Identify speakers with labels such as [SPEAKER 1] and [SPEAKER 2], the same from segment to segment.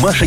[SPEAKER 1] Маша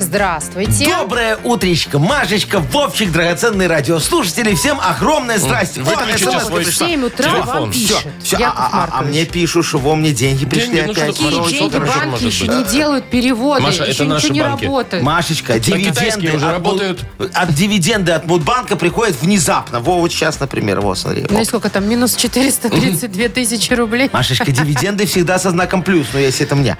[SPEAKER 2] Здравствуйте.
[SPEAKER 3] Доброе утречко, Машечка, Вовчик, драгоценные радиослушатели. Всем огромное здрасте.
[SPEAKER 4] Выключите
[SPEAKER 3] О,
[SPEAKER 4] свой
[SPEAKER 2] В
[SPEAKER 3] СМС-ка пришла.
[SPEAKER 2] 7 утра
[SPEAKER 4] Телефон.
[SPEAKER 2] вам
[SPEAKER 3] Всё,
[SPEAKER 2] пишут.
[SPEAKER 3] всё,
[SPEAKER 2] Яков
[SPEAKER 3] а, а- а
[SPEAKER 2] Маркович.
[SPEAKER 3] мне пишут, что во мне деньги пришли
[SPEAKER 4] ну
[SPEAKER 3] опять.
[SPEAKER 4] что ты,
[SPEAKER 2] Какие
[SPEAKER 4] Маша,
[SPEAKER 2] деньги?
[SPEAKER 4] что ты,
[SPEAKER 2] Банки
[SPEAKER 4] может быть,
[SPEAKER 2] еще
[SPEAKER 4] да.
[SPEAKER 2] не делают переводы,
[SPEAKER 4] Маша, это
[SPEAKER 2] еще
[SPEAKER 4] наши
[SPEAKER 2] ничего не
[SPEAKER 4] банки.
[SPEAKER 2] работает.
[SPEAKER 3] Машечка, дивиденды
[SPEAKER 4] китайские уже
[SPEAKER 3] от,
[SPEAKER 4] работают.
[SPEAKER 3] от дивиденды от Мудбанка приходят внезапно. Во, вот сейчас, например, вот смотри.
[SPEAKER 2] Ну и
[SPEAKER 3] Оп.
[SPEAKER 2] сколько там? Минус 432 тысячи рублей.
[SPEAKER 3] Машечка, дивиденды всегда со знаком плюс, но если это мне.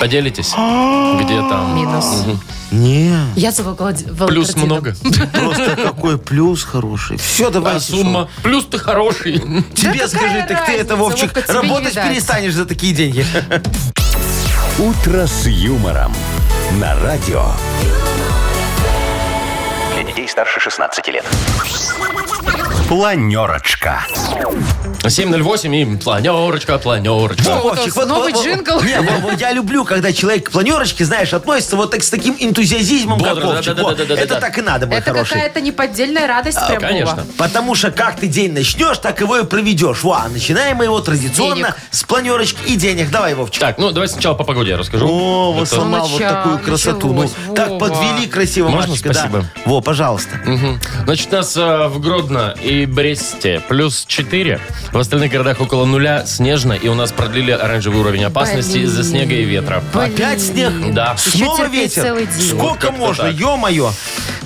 [SPEAKER 4] Поделитесь. Где там?
[SPEAKER 2] Минус.
[SPEAKER 3] Не,
[SPEAKER 2] Я завладела
[SPEAKER 4] Плюс много.
[SPEAKER 3] просто какой плюс хороший. Все, давай.
[SPEAKER 4] А сумма? Плюс ты хороший.
[SPEAKER 3] Тебе
[SPEAKER 2] Да какая
[SPEAKER 3] скажи, так ты
[SPEAKER 2] разница,
[SPEAKER 3] это, Вовчик,
[SPEAKER 2] Вовка, тебе не
[SPEAKER 3] работать
[SPEAKER 2] видать.
[SPEAKER 3] перестанешь за такие деньги.
[SPEAKER 1] «Утро с юмором» на радио.
[SPEAKER 5] Для детей старше 16 лет.
[SPEAKER 1] Планерочка.
[SPEAKER 4] 7.08 и планерочка, планерочка.
[SPEAKER 2] вот у вас новый джингл.
[SPEAKER 3] Не, вот- вот я люблю, когда человек к планерочке, знаешь, относится вот так с таким энтузиазизмом, как
[SPEAKER 4] Бодро,
[SPEAKER 3] Вовчик.
[SPEAKER 4] да-да-да-да-да-да.
[SPEAKER 3] Вот, Это так и надо, мой
[SPEAKER 2] Это
[SPEAKER 3] хороший.
[SPEAKER 2] какая-то неподдельная радость прям была.
[SPEAKER 4] А, Конечно.
[SPEAKER 3] Потому что как ты день начнешь, так его и проведешь. Во, а начинаем мы его традиционно
[SPEAKER 2] денег.
[SPEAKER 3] с планерочки и денег. Давай, Вовчик.
[SPEAKER 4] Так, ну давай сначала по погоде я расскажу.
[SPEAKER 3] О, вот
[SPEAKER 4] Это-
[SPEAKER 3] сломал вот
[SPEAKER 2] Начало,
[SPEAKER 3] такую красоту. Ну,
[SPEAKER 2] началось,
[SPEAKER 3] так
[SPEAKER 2] Вова.
[SPEAKER 3] подвели красиво,
[SPEAKER 4] Можно?
[SPEAKER 3] Машечка, да.
[SPEAKER 4] Спасибо.
[SPEAKER 3] Во, пожалуйста.
[SPEAKER 4] Мгм. Значит, у нас э, в Гродно и Бресте плюс 4. В остальных городах около нуля снежно, и у нас продлили оранжевый уровень опасности
[SPEAKER 2] Блин.
[SPEAKER 4] из-за снега и ветра.
[SPEAKER 2] Блин.
[SPEAKER 3] Опять снег?
[SPEAKER 4] М-м-м. Да.
[SPEAKER 3] Снова
[SPEAKER 2] терпеть
[SPEAKER 3] ветер?
[SPEAKER 2] целый день.
[SPEAKER 4] Вот
[SPEAKER 3] Сколько
[SPEAKER 4] как-то
[SPEAKER 3] можно,
[SPEAKER 4] так.
[SPEAKER 3] ё-моё.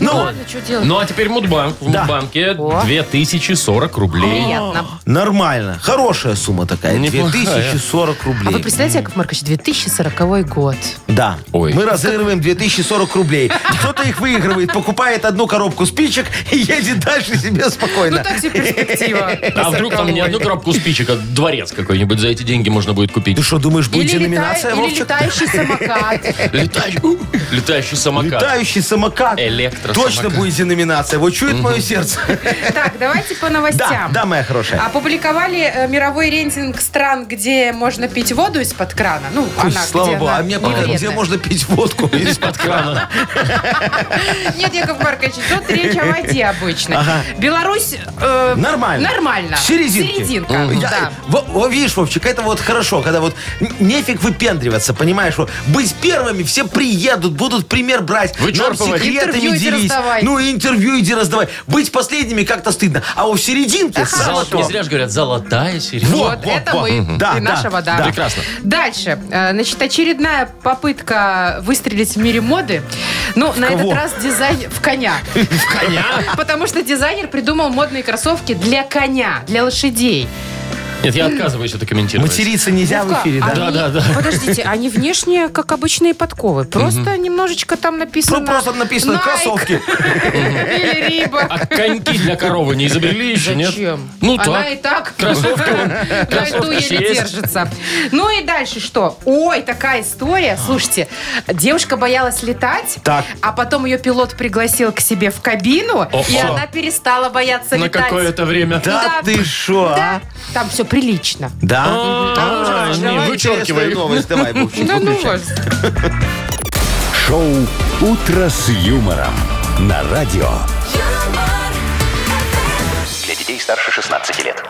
[SPEAKER 2] Ну,
[SPEAKER 3] Ну,
[SPEAKER 2] ладно, что делать?
[SPEAKER 4] Ну а теперь Мудбанк. В
[SPEAKER 3] Да.
[SPEAKER 4] Мудбанке
[SPEAKER 2] О.
[SPEAKER 4] 2040 рублей.
[SPEAKER 2] Приятно.
[SPEAKER 3] нормально. Хорошая сумма такая.
[SPEAKER 4] Неплохая.
[SPEAKER 3] 2040 рублей.
[SPEAKER 2] А вы представляете, Яков Маркович, 2040 год.
[SPEAKER 3] Да.
[SPEAKER 4] Ой.
[SPEAKER 3] Мы разыгрываем 2040 рублей. Кто-то их выигрывает, покупает одну коробку спичек и едет дальше себе
[SPEAKER 2] Ну
[SPEAKER 3] спокойно.
[SPEAKER 2] так себе перспектива.
[SPEAKER 4] А вдруг там не одну коробку спичек, а дворец какой-нибудь за эти деньги можно будет купить.
[SPEAKER 3] Ты что, думаешь, будет
[SPEAKER 2] Или,
[SPEAKER 3] деноминация,
[SPEAKER 2] летай- или
[SPEAKER 3] Вовчик?
[SPEAKER 2] летающий самокат.
[SPEAKER 4] Летающий, у, летающий самокат.
[SPEAKER 3] Летающий самокат.
[SPEAKER 4] Электросамокат.
[SPEAKER 3] Точно будет деноминация. Вот чует мое сердце.
[SPEAKER 2] Так, давайте по
[SPEAKER 3] Да,
[SPEAKER 2] новостям.
[SPEAKER 3] да, моя хорошая.
[SPEAKER 2] Опубликовали э, мировой рейтинг стран, где можно пить воду из-под крана. Ну,
[SPEAKER 3] Ой,
[SPEAKER 2] она,
[SPEAKER 3] Слава
[SPEAKER 2] где
[SPEAKER 3] богу,
[SPEAKER 2] она
[SPEAKER 3] а мне пока,
[SPEAKER 2] вредная.
[SPEAKER 3] где можно пить водку из-под крана.
[SPEAKER 2] Нет, Яков Маркович, тут речь о воде обычно. Беларусь... э,
[SPEAKER 3] Нормально.
[SPEAKER 2] Нормально.
[SPEAKER 3] Серединки.
[SPEAKER 2] Серединка,
[SPEAKER 3] Я-
[SPEAKER 2] да.
[SPEAKER 3] во- во, видишь, Вовчик, это вот хорошо, когда вот н- нефиг выпендриваться, понимаешь? Вот быть первыми, все приедут, будут пример брать. Нам
[SPEAKER 4] Вычерпывать.
[SPEAKER 3] секретами
[SPEAKER 2] Интервью иди
[SPEAKER 3] делись.
[SPEAKER 2] раздавай.
[SPEAKER 3] Ну, интервью иди раздавай. Быть последними как-то стыдно. А у серединки
[SPEAKER 4] Золо-
[SPEAKER 3] сразу...
[SPEAKER 4] Не зря же говорят, золотая середина.
[SPEAKER 3] Во,
[SPEAKER 2] Вот
[SPEAKER 3] во,
[SPEAKER 2] это
[SPEAKER 3] во.
[SPEAKER 2] мы
[SPEAKER 3] Мгм. Да,
[SPEAKER 2] и
[SPEAKER 3] да,
[SPEAKER 2] наша вода.
[SPEAKER 3] да.
[SPEAKER 4] Прекрасно.
[SPEAKER 2] Дальше. Э, Значит, очередная попытка выстрелить в мире моды. Ну, на этот
[SPEAKER 3] кого?
[SPEAKER 2] раз дизайн в коня.
[SPEAKER 4] В коня?
[SPEAKER 2] Потому что дизайнер придумал модные кроссовки для коня, для лошадей. Ну
[SPEAKER 4] Нет, я отказываюсь это комментировать.
[SPEAKER 3] Материться нельзя в
[SPEAKER 2] Вовка, а
[SPEAKER 3] эфире, да?
[SPEAKER 2] они-
[SPEAKER 4] Да, да, да.
[SPEAKER 2] Подождите, они внешне как обычные подковы. Просто немножечко там написано...
[SPEAKER 3] Ну, просто написано
[SPEAKER 2] Nike
[SPEAKER 3] кроссовки.
[SPEAKER 2] Или Рибок.
[SPEAKER 4] А коньки для коровы не изобрели еще, нет?
[SPEAKER 2] Зачем?
[SPEAKER 4] Ну
[SPEAKER 2] Она
[SPEAKER 4] так.
[SPEAKER 2] и так
[SPEAKER 4] Кроссовки вон,
[SPEAKER 2] на льду
[SPEAKER 4] кроссовки
[SPEAKER 2] еле
[SPEAKER 4] есть.
[SPEAKER 2] держится. Ну и дальше что? Ой, такая
[SPEAKER 4] А.
[SPEAKER 2] история. Слушайте, девушка боялась летать,
[SPEAKER 3] Так.
[SPEAKER 2] а потом ее пилот пригласил к себе в кабину,
[SPEAKER 4] О,
[SPEAKER 2] и
[SPEAKER 4] о.
[SPEAKER 2] она перестала бояться
[SPEAKER 4] На
[SPEAKER 2] летать.
[SPEAKER 4] какое-то время.
[SPEAKER 3] Да
[SPEAKER 2] Да.
[SPEAKER 3] ты шо, а?
[SPEAKER 2] Да, там все прилично.
[SPEAKER 3] Да?
[SPEAKER 4] А,
[SPEAKER 3] Давай
[SPEAKER 4] не,
[SPEAKER 3] интересную
[SPEAKER 4] Вычеркивай.
[SPEAKER 3] новость, давай, Вовчик,
[SPEAKER 2] Да ну
[SPEAKER 3] выключай.
[SPEAKER 2] вас.
[SPEAKER 1] Шоу «Утро с юмором» на радио.
[SPEAKER 6] юмор,
[SPEAKER 5] Для детей старше 16 лет.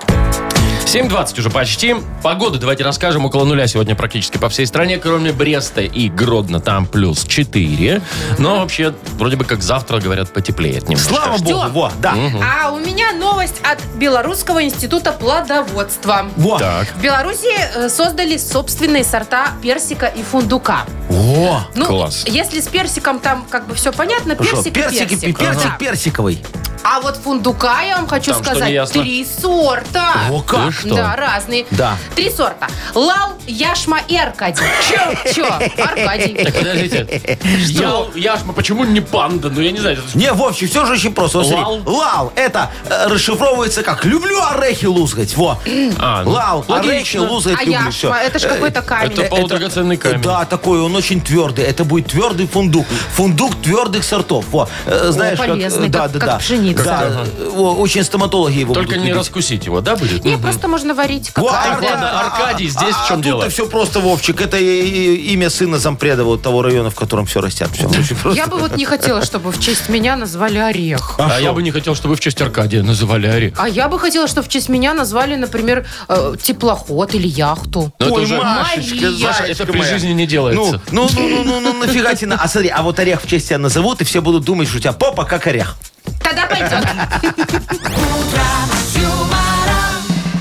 [SPEAKER 4] 7.20 уже почти. Погода, давайте расскажем, около нуля сегодня практически по всей стране, кроме Бреста и Гродно, там плюс 4. Но вообще, вроде бы как завтра, говорят, потеплеет немножко.
[SPEAKER 3] Слава богу,
[SPEAKER 2] Ждем.
[SPEAKER 3] во, да.
[SPEAKER 2] А у меня новость от Белорусского института плодоводства.
[SPEAKER 3] Во.
[SPEAKER 4] Так,
[SPEAKER 2] В Беларуси э, создали собственные сорта персика и фундука.
[SPEAKER 3] О.
[SPEAKER 2] Ну,
[SPEAKER 4] Класс.
[SPEAKER 2] если с персиком там как бы все понятно,
[SPEAKER 3] Шо,
[SPEAKER 2] персик, и
[SPEAKER 3] Персик, и
[SPEAKER 2] персик.
[SPEAKER 3] персик
[SPEAKER 2] Да.
[SPEAKER 3] персиковый.
[SPEAKER 2] А вот фундука, я вам хочу
[SPEAKER 4] Там что,
[SPEAKER 2] сказать,
[SPEAKER 4] неясно?
[SPEAKER 2] три сорта.
[SPEAKER 3] О, как? Ты что?
[SPEAKER 2] Да, разные.
[SPEAKER 3] Да.
[SPEAKER 2] Три сорта. Лал, Яшма и Аркадий. Че? Че?
[SPEAKER 4] так
[SPEAKER 2] Аркадий.
[SPEAKER 4] подождите. Я, яшма, почему не панда? Ну, я не знаю. это ж-
[SPEAKER 3] Не, Вовчик, все же очень просто. Вот смотри.
[SPEAKER 4] Лал?
[SPEAKER 3] Лал. Это э, расшифровывается как «люблю орехи лузгать». Во.
[SPEAKER 4] А, ну,
[SPEAKER 3] Лал, орехи
[SPEAKER 4] логично.
[SPEAKER 3] лузгать
[SPEAKER 2] А
[SPEAKER 3] люблю. Все.
[SPEAKER 2] Яшма, это ж какой-то камень.
[SPEAKER 4] Это полудрагоценный камень.
[SPEAKER 3] Да, такой, он очень твердый. Это будет твердый фундук. Фундук твердых сортов. Во. Э, Знаешь, как,
[SPEAKER 2] полезный,
[SPEAKER 3] э, да,
[SPEAKER 2] как-
[SPEAKER 3] да,
[SPEAKER 2] как
[SPEAKER 3] да.
[SPEAKER 2] ягодица.
[SPEAKER 3] Да, о, очень стоматологи его
[SPEAKER 4] Только
[SPEAKER 3] будут
[SPEAKER 4] не
[SPEAKER 3] любить.
[SPEAKER 4] раскусить его, да, будет?
[SPEAKER 2] Не, просто можно варить. как
[SPEAKER 3] Вот,
[SPEAKER 4] Так,
[SPEAKER 3] Аркадий,
[SPEAKER 4] ладно,
[SPEAKER 3] а-
[SPEAKER 4] Аркадий, здесь в
[SPEAKER 3] а
[SPEAKER 4] чем дело?
[SPEAKER 3] Тут все просто, Вовчик. Это и- и- имя сына зампреда вот того района, в котором все растят. Все очень просто.
[SPEAKER 2] Я бы вот не хотела, чтобы в честь меня назвали орех.
[SPEAKER 4] А я бы не хотел, чтобы в честь Аркадия называли орех.
[SPEAKER 2] А я бы хотела, чтобы в честь меня назвали, например, э, теплоход или яхту.
[SPEAKER 4] Но Ну, это
[SPEAKER 3] Ой,
[SPEAKER 4] уже-
[SPEAKER 3] Машечка,
[SPEAKER 2] Мария.
[SPEAKER 4] Маша,
[SPEAKER 3] зайчка
[SPEAKER 4] это при
[SPEAKER 3] моя.
[SPEAKER 4] жизни не
[SPEAKER 3] Ну,
[SPEAKER 4] делается.
[SPEAKER 3] ну, ну, ну, ну, ну, нафига тебе на... А смотри, а вот орех в честь тебя назовут, и все будут думать, что у тебя попа как орех.
[SPEAKER 2] Тогда пойдет.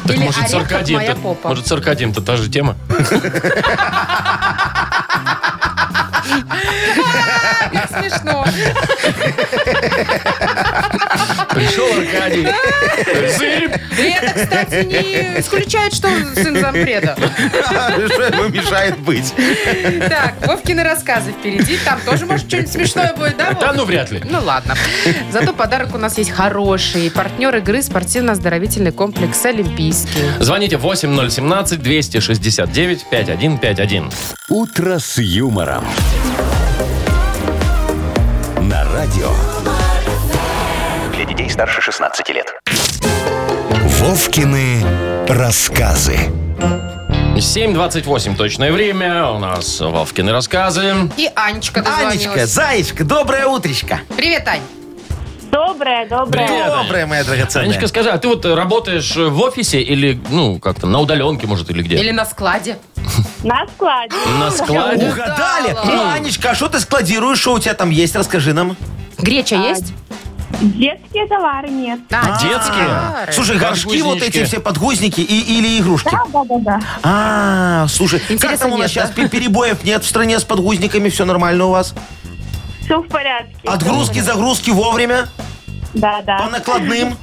[SPEAKER 4] Так
[SPEAKER 2] Или
[SPEAKER 4] может, с
[SPEAKER 2] орех, как моя
[SPEAKER 4] Аркадием-то
[SPEAKER 2] попа.
[SPEAKER 4] может, с Аркадием-то та же тема?
[SPEAKER 2] Смешно.
[SPEAKER 4] Пришел Аркадий. Зырь.
[SPEAKER 2] И это, кстати, не исключает, что он сын зампреда.
[SPEAKER 3] Что ему мешает быть?
[SPEAKER 2] Так, Вовкины рассказы впереди. Там тоже, может, что-нибудь смешное будет, да, Вов?
[SPEAKER 4] Да ну вряд ли.
[SPEAKER 2] Ну ладно. Зато подарок у нас есть хороший. Партнер игры спортивно-оздоровительный комплекс «Олимпийский».
[SPEAKER 4] Звоните 8017-269-5151.
[SPEAKER 1] «Утро с юмором». На радио.
[SPEAKER 5] Для детей старше 16 лет.
[SPEAKER 1] Вовкины рассказы.
[SPEAKER 4] 7.28 точное время. У нас Вовкины рассказы.
[SPEAKER 2] И Анечка
[SPEAKER 3] Анечка,
[SPEAKER 2] дозвонилась.
[SPEAKER 3] Заечка, доброе утречко.
[SPEAKER 2] Привет, Ань.
[SPEAKER 6] Доброе, доброе.
[SPEAKER 4] Привет, Аня.
[SPEAKER 3] Доброе, моя драгоценная.
[SPEAKER 4] Анечка, скажи, а ты вот э, работаешь э, в офисе или, ну, как там, на удаленке, может, или где?
[SPEAKER 2] Или на складе.
[SPEAKER 6] На складе.
[SPEAKER 4] на складе?
[SPEAKER 3] Угадали? Ну, Анечка, а что ты складируешь, что у тебя там есть, расскажи нам.
[SPEAKER 2] Греча есть?
[SPEAKER 6] Детские товары нет.
[SPEAKER 2] А,
[SPEAKER 4] Детские?
[SPEAKER 2] товары.
[SPEAKER 3] Слушай, горшки вот
[SPEAKER 4] Подгузнички.
[SPEAKER 3] эти все подгузники и, или игрушки.
[SPEAKER 6] Да, да, да, да.
[SPEAKER 3] А, слушай, как
[SPEAKER 2] Интереса
[SPEAKER 3] там у нас
[SPEAKER 2] нет, да?
[SPEAKER 3] сейчас перебоев нет в стране с подгузниками, все нормально у вас?
[SPEAKER 6] Все в порядке.
[SPEAKER 3] Отгрузки, загрузки вовремя,
[SPEAKER 6] Да,
[SPEAKER 3] по
[SPEAKER 6] да.
[SPEAKER 3] накладным.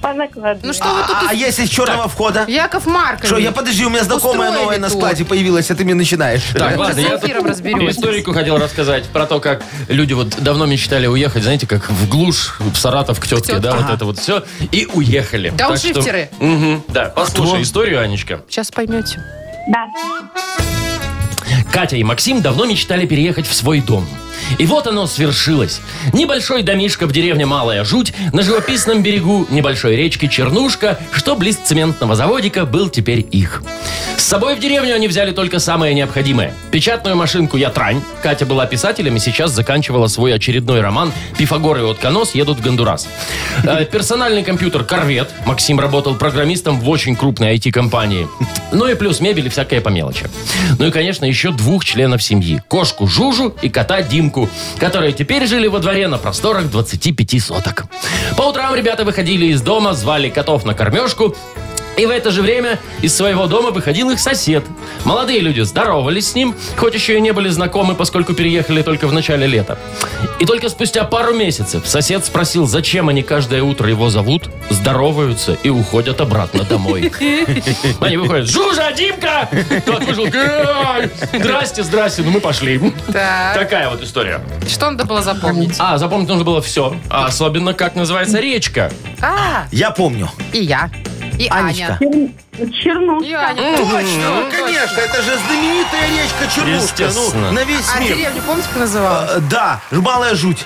[SPEAKER 6] По накладу.
[SPEAKER 2] Ну что вы тут...
[SPEAKER 3] А а если с черного входа?
[SPEAKER 2] Яков Маркович.
[SPEAKER 3] Что, я подожди, у меня знакомая
[SPEAKER 2] Устроили
[SPEAKER 3] новая на
[SPEAKER 2] тут.
[SPEAKER 3] складе появилась, а ты мне начинаешь.
[SPEAKER 4] Так, ладно, я
[SPEAKER 2] с эфиром
[SPEAKER 4] тут
[SPEAKER 2] разберемся.
[SPEAKER 4] историку хотел рассказать про то, как люди вот давно мечтали уехать, знаете, как в глушь, в Саратов к тетке,
[SPEAKER 2] тетке.
[SPEAKER 4] да, вот это вот все, и уехали. Так что-
[SPEAKER 2] Дауншифтеры.
[SPEAKER 4] Мгм, да, послушай историю, Анечка.
[SPEAKER 2] Сейчас поймете.
[SPEAKER 6] Да.
[SPEAKER 4] Катя и Максим давно мечтали переехать в свой дом. И вот оно свершилось. Небольшой домишко в деревне Малая Жуть, на живописном берегу небольшой речки Чернушка, что близ цементного заводика, был теперь их. С собой в деревню они взяли только самое необходимое. Печатную машинку «Ятрань». Катя была писателем и сейчас заканчивала свой очередной роман «Пифагор и Утконос едут в Гондурас». Э, Персональный компьютер «Корвет». Максим работал программистом в очень крупной IT-компании. Ну и плюс мебель и всякое по мелочи. Ну и, конечно, еще двух членов семьи. Кошку Жужу и кота Димку, которые теперь жили во дворе на просторах 25 соток. По утрам ребята выходили из дома, звали котов на кормежку, и в это же время из своего дома выходил их сосед. Молодые люди здоровались с ним, хоть еще и не были знакомы, поскольку переехали только в начале лета. И только спустя пару месяцев сосед спросил, зачем они каждое утро его зовут, здороваются и уходят обратно домой. Они выходят, Жужа, Димка! Тот вышел, «Ай, здрасте, здрасте, ну мы пошли.
[SPEAKER 2] Так,
[SPEAKER 4] Такая вот история.
[SPEAKER 2] что надо было запомнить?
[SPEAKER 4] А, запомнить нужно было все. А особенно, как называется речка.
[SPEAKER 2] А,
[SPEAKER 3] Я помню.
[SPEAKER 2] и я. И Аня.
[SPEAKER 3] Анечка.
[SPEAKER 6] Чернушка.
[SPEAKER 2] И Аня.
[SPEAKER 3] Точно, ну, конечно, это же знаменитая речка Чернушка.
[SPEAKER 4] Естественно.
[SPEAKER 3] Ну, на весь
[SPEAKER 2] А
[SPEAKER 3] мир.
[SPEAKER 2] деревню помните, как называлась?
[SPEAKER 3] Э, Да, малая жуть.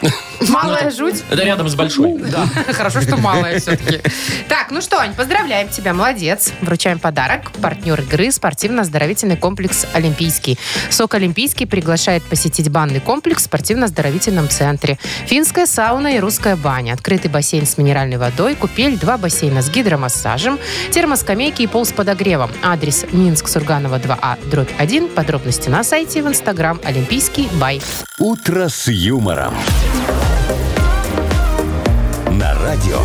[SPEAKER 2] Малая жуть.
[SPEAKER 4] Это рядом с большой. Да.
[SPEAKER 2] Хорошо, что малая все-таки. Так, ну что, Ань, поздравляем тебя, молодец. Вручаем подарок. Партнер игры – спортивно-оздоровительный комплекс «Олимпийский». СОК «Олимпийский» приглашает посетить банный комплекс в спортивно-оздоровительном центре. Финская сауна и русская баня. Открытый бассейн с минеральной водой, купель, два бассейна с гидромассажем, термоскамейки и пол с подогревом. Адрес Минск, Сурганова, 2А, дробь 1. Подробности на сайте и в Инстаграм «Олимпийский бай».
[SPEAKER 1] «Утро с юмором». На радио.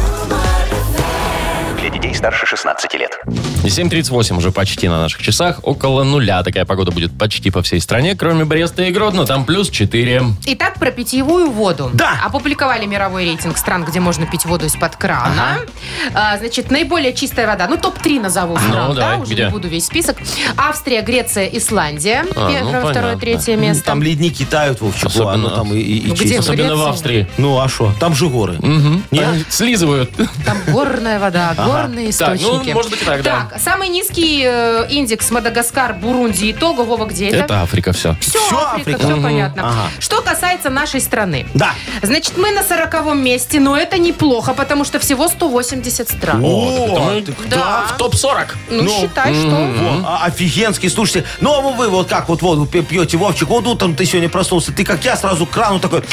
[SPEAKER 5] Для детей старше 16 лет.
[SPEAKER 4] 7.38 уже почти на наших часах. Около нуля такая погода будет почти по всей стране, кроме Бреста и Гродно. Там плюс 4.
[SPEAKER 2] Итак, про питьевую воду.
[SPEAKER 3] Да.
[SPEAKER 2] Опубликовали мировой рейтинг стран, где можно пить воду из-под крана. А, значит, наиболее чистая вода. Ну, топ-3 назову стран,
[SPEAKER 4] Ну,
[SPEAKER 2] да?
[SPEAKER 4] давай,
[SPEAKER 2] Уже
[SPEAKER 4] где?
[SPEAKER 2] не буду весь список. Австрия, Греция, Исландия.
[SPEAKER 4] А, ну,
[SPEAKER 2] Первое, второе,
[SPEAKER 4] понятно.
[SPEAKER 2] третье
[SPEAKER 3] Ну,
[SPEAKER 2] место.
[SPEAKER 3] Там ледники тают, Вовчик. Во,
[SPEAKER 4] Особенно.
[SPEAKER 3] оно там и, и- и
[SPEAKER 2] Ну, где А?
[SPEAKER 3] чистится.
[SPEAKER 2] вы?
[SPEAKER 4] Особенно в
[SPEAKER 2] Греции?
[SPEAKER 4] Австрии.
[SPEAKER 3] Ну, а что? Там же горы.
[SPEAKER 4] Они слизывают.
[SPEAKER 2] Там горная вода, горные
[SPEAKER 4] Так, ну,
[SPEAKER 2] источники.
[SPEAKER 4] может быть и так, да.
[SPEAKER 2] Так, самый низкий э, индекс Мадагаскар, Бурунди, итогового где это?
[SPEAKER 4] Это Африка, все.
[SPEAKER 2] Все,
[SPEAKER 3] Всё
[SPEAKER 2] Африка,
[SPEAKER 3] Африка.
[SPEAKER 2] все
[SPEAKER 3] Мгм.
[SPEAKER 2] понятно.
[SPEAKER 3] Ага.
[SPEAKER 2] Что касается нашей страны.
[SPEAKER 3] Да.
[SPEAKER 2] Значит, мы на сороковом месте, но это неплохо, потому что всего 180 стран.
[SPEAKER 3] О,
[SPEAKER 4] ты
[SPEAKER 2] Да.
[SPEAKER 4] В топ-40.
[SPEAKER 2] Ну, считай, что...
[SPEAKER 3] Во, а- офигенский, слушайте. Ну, а вы вот как вот воду пи- пьете, Вовчик, вот утром ты сегодня проснулся, ты как я сразу к крану такой...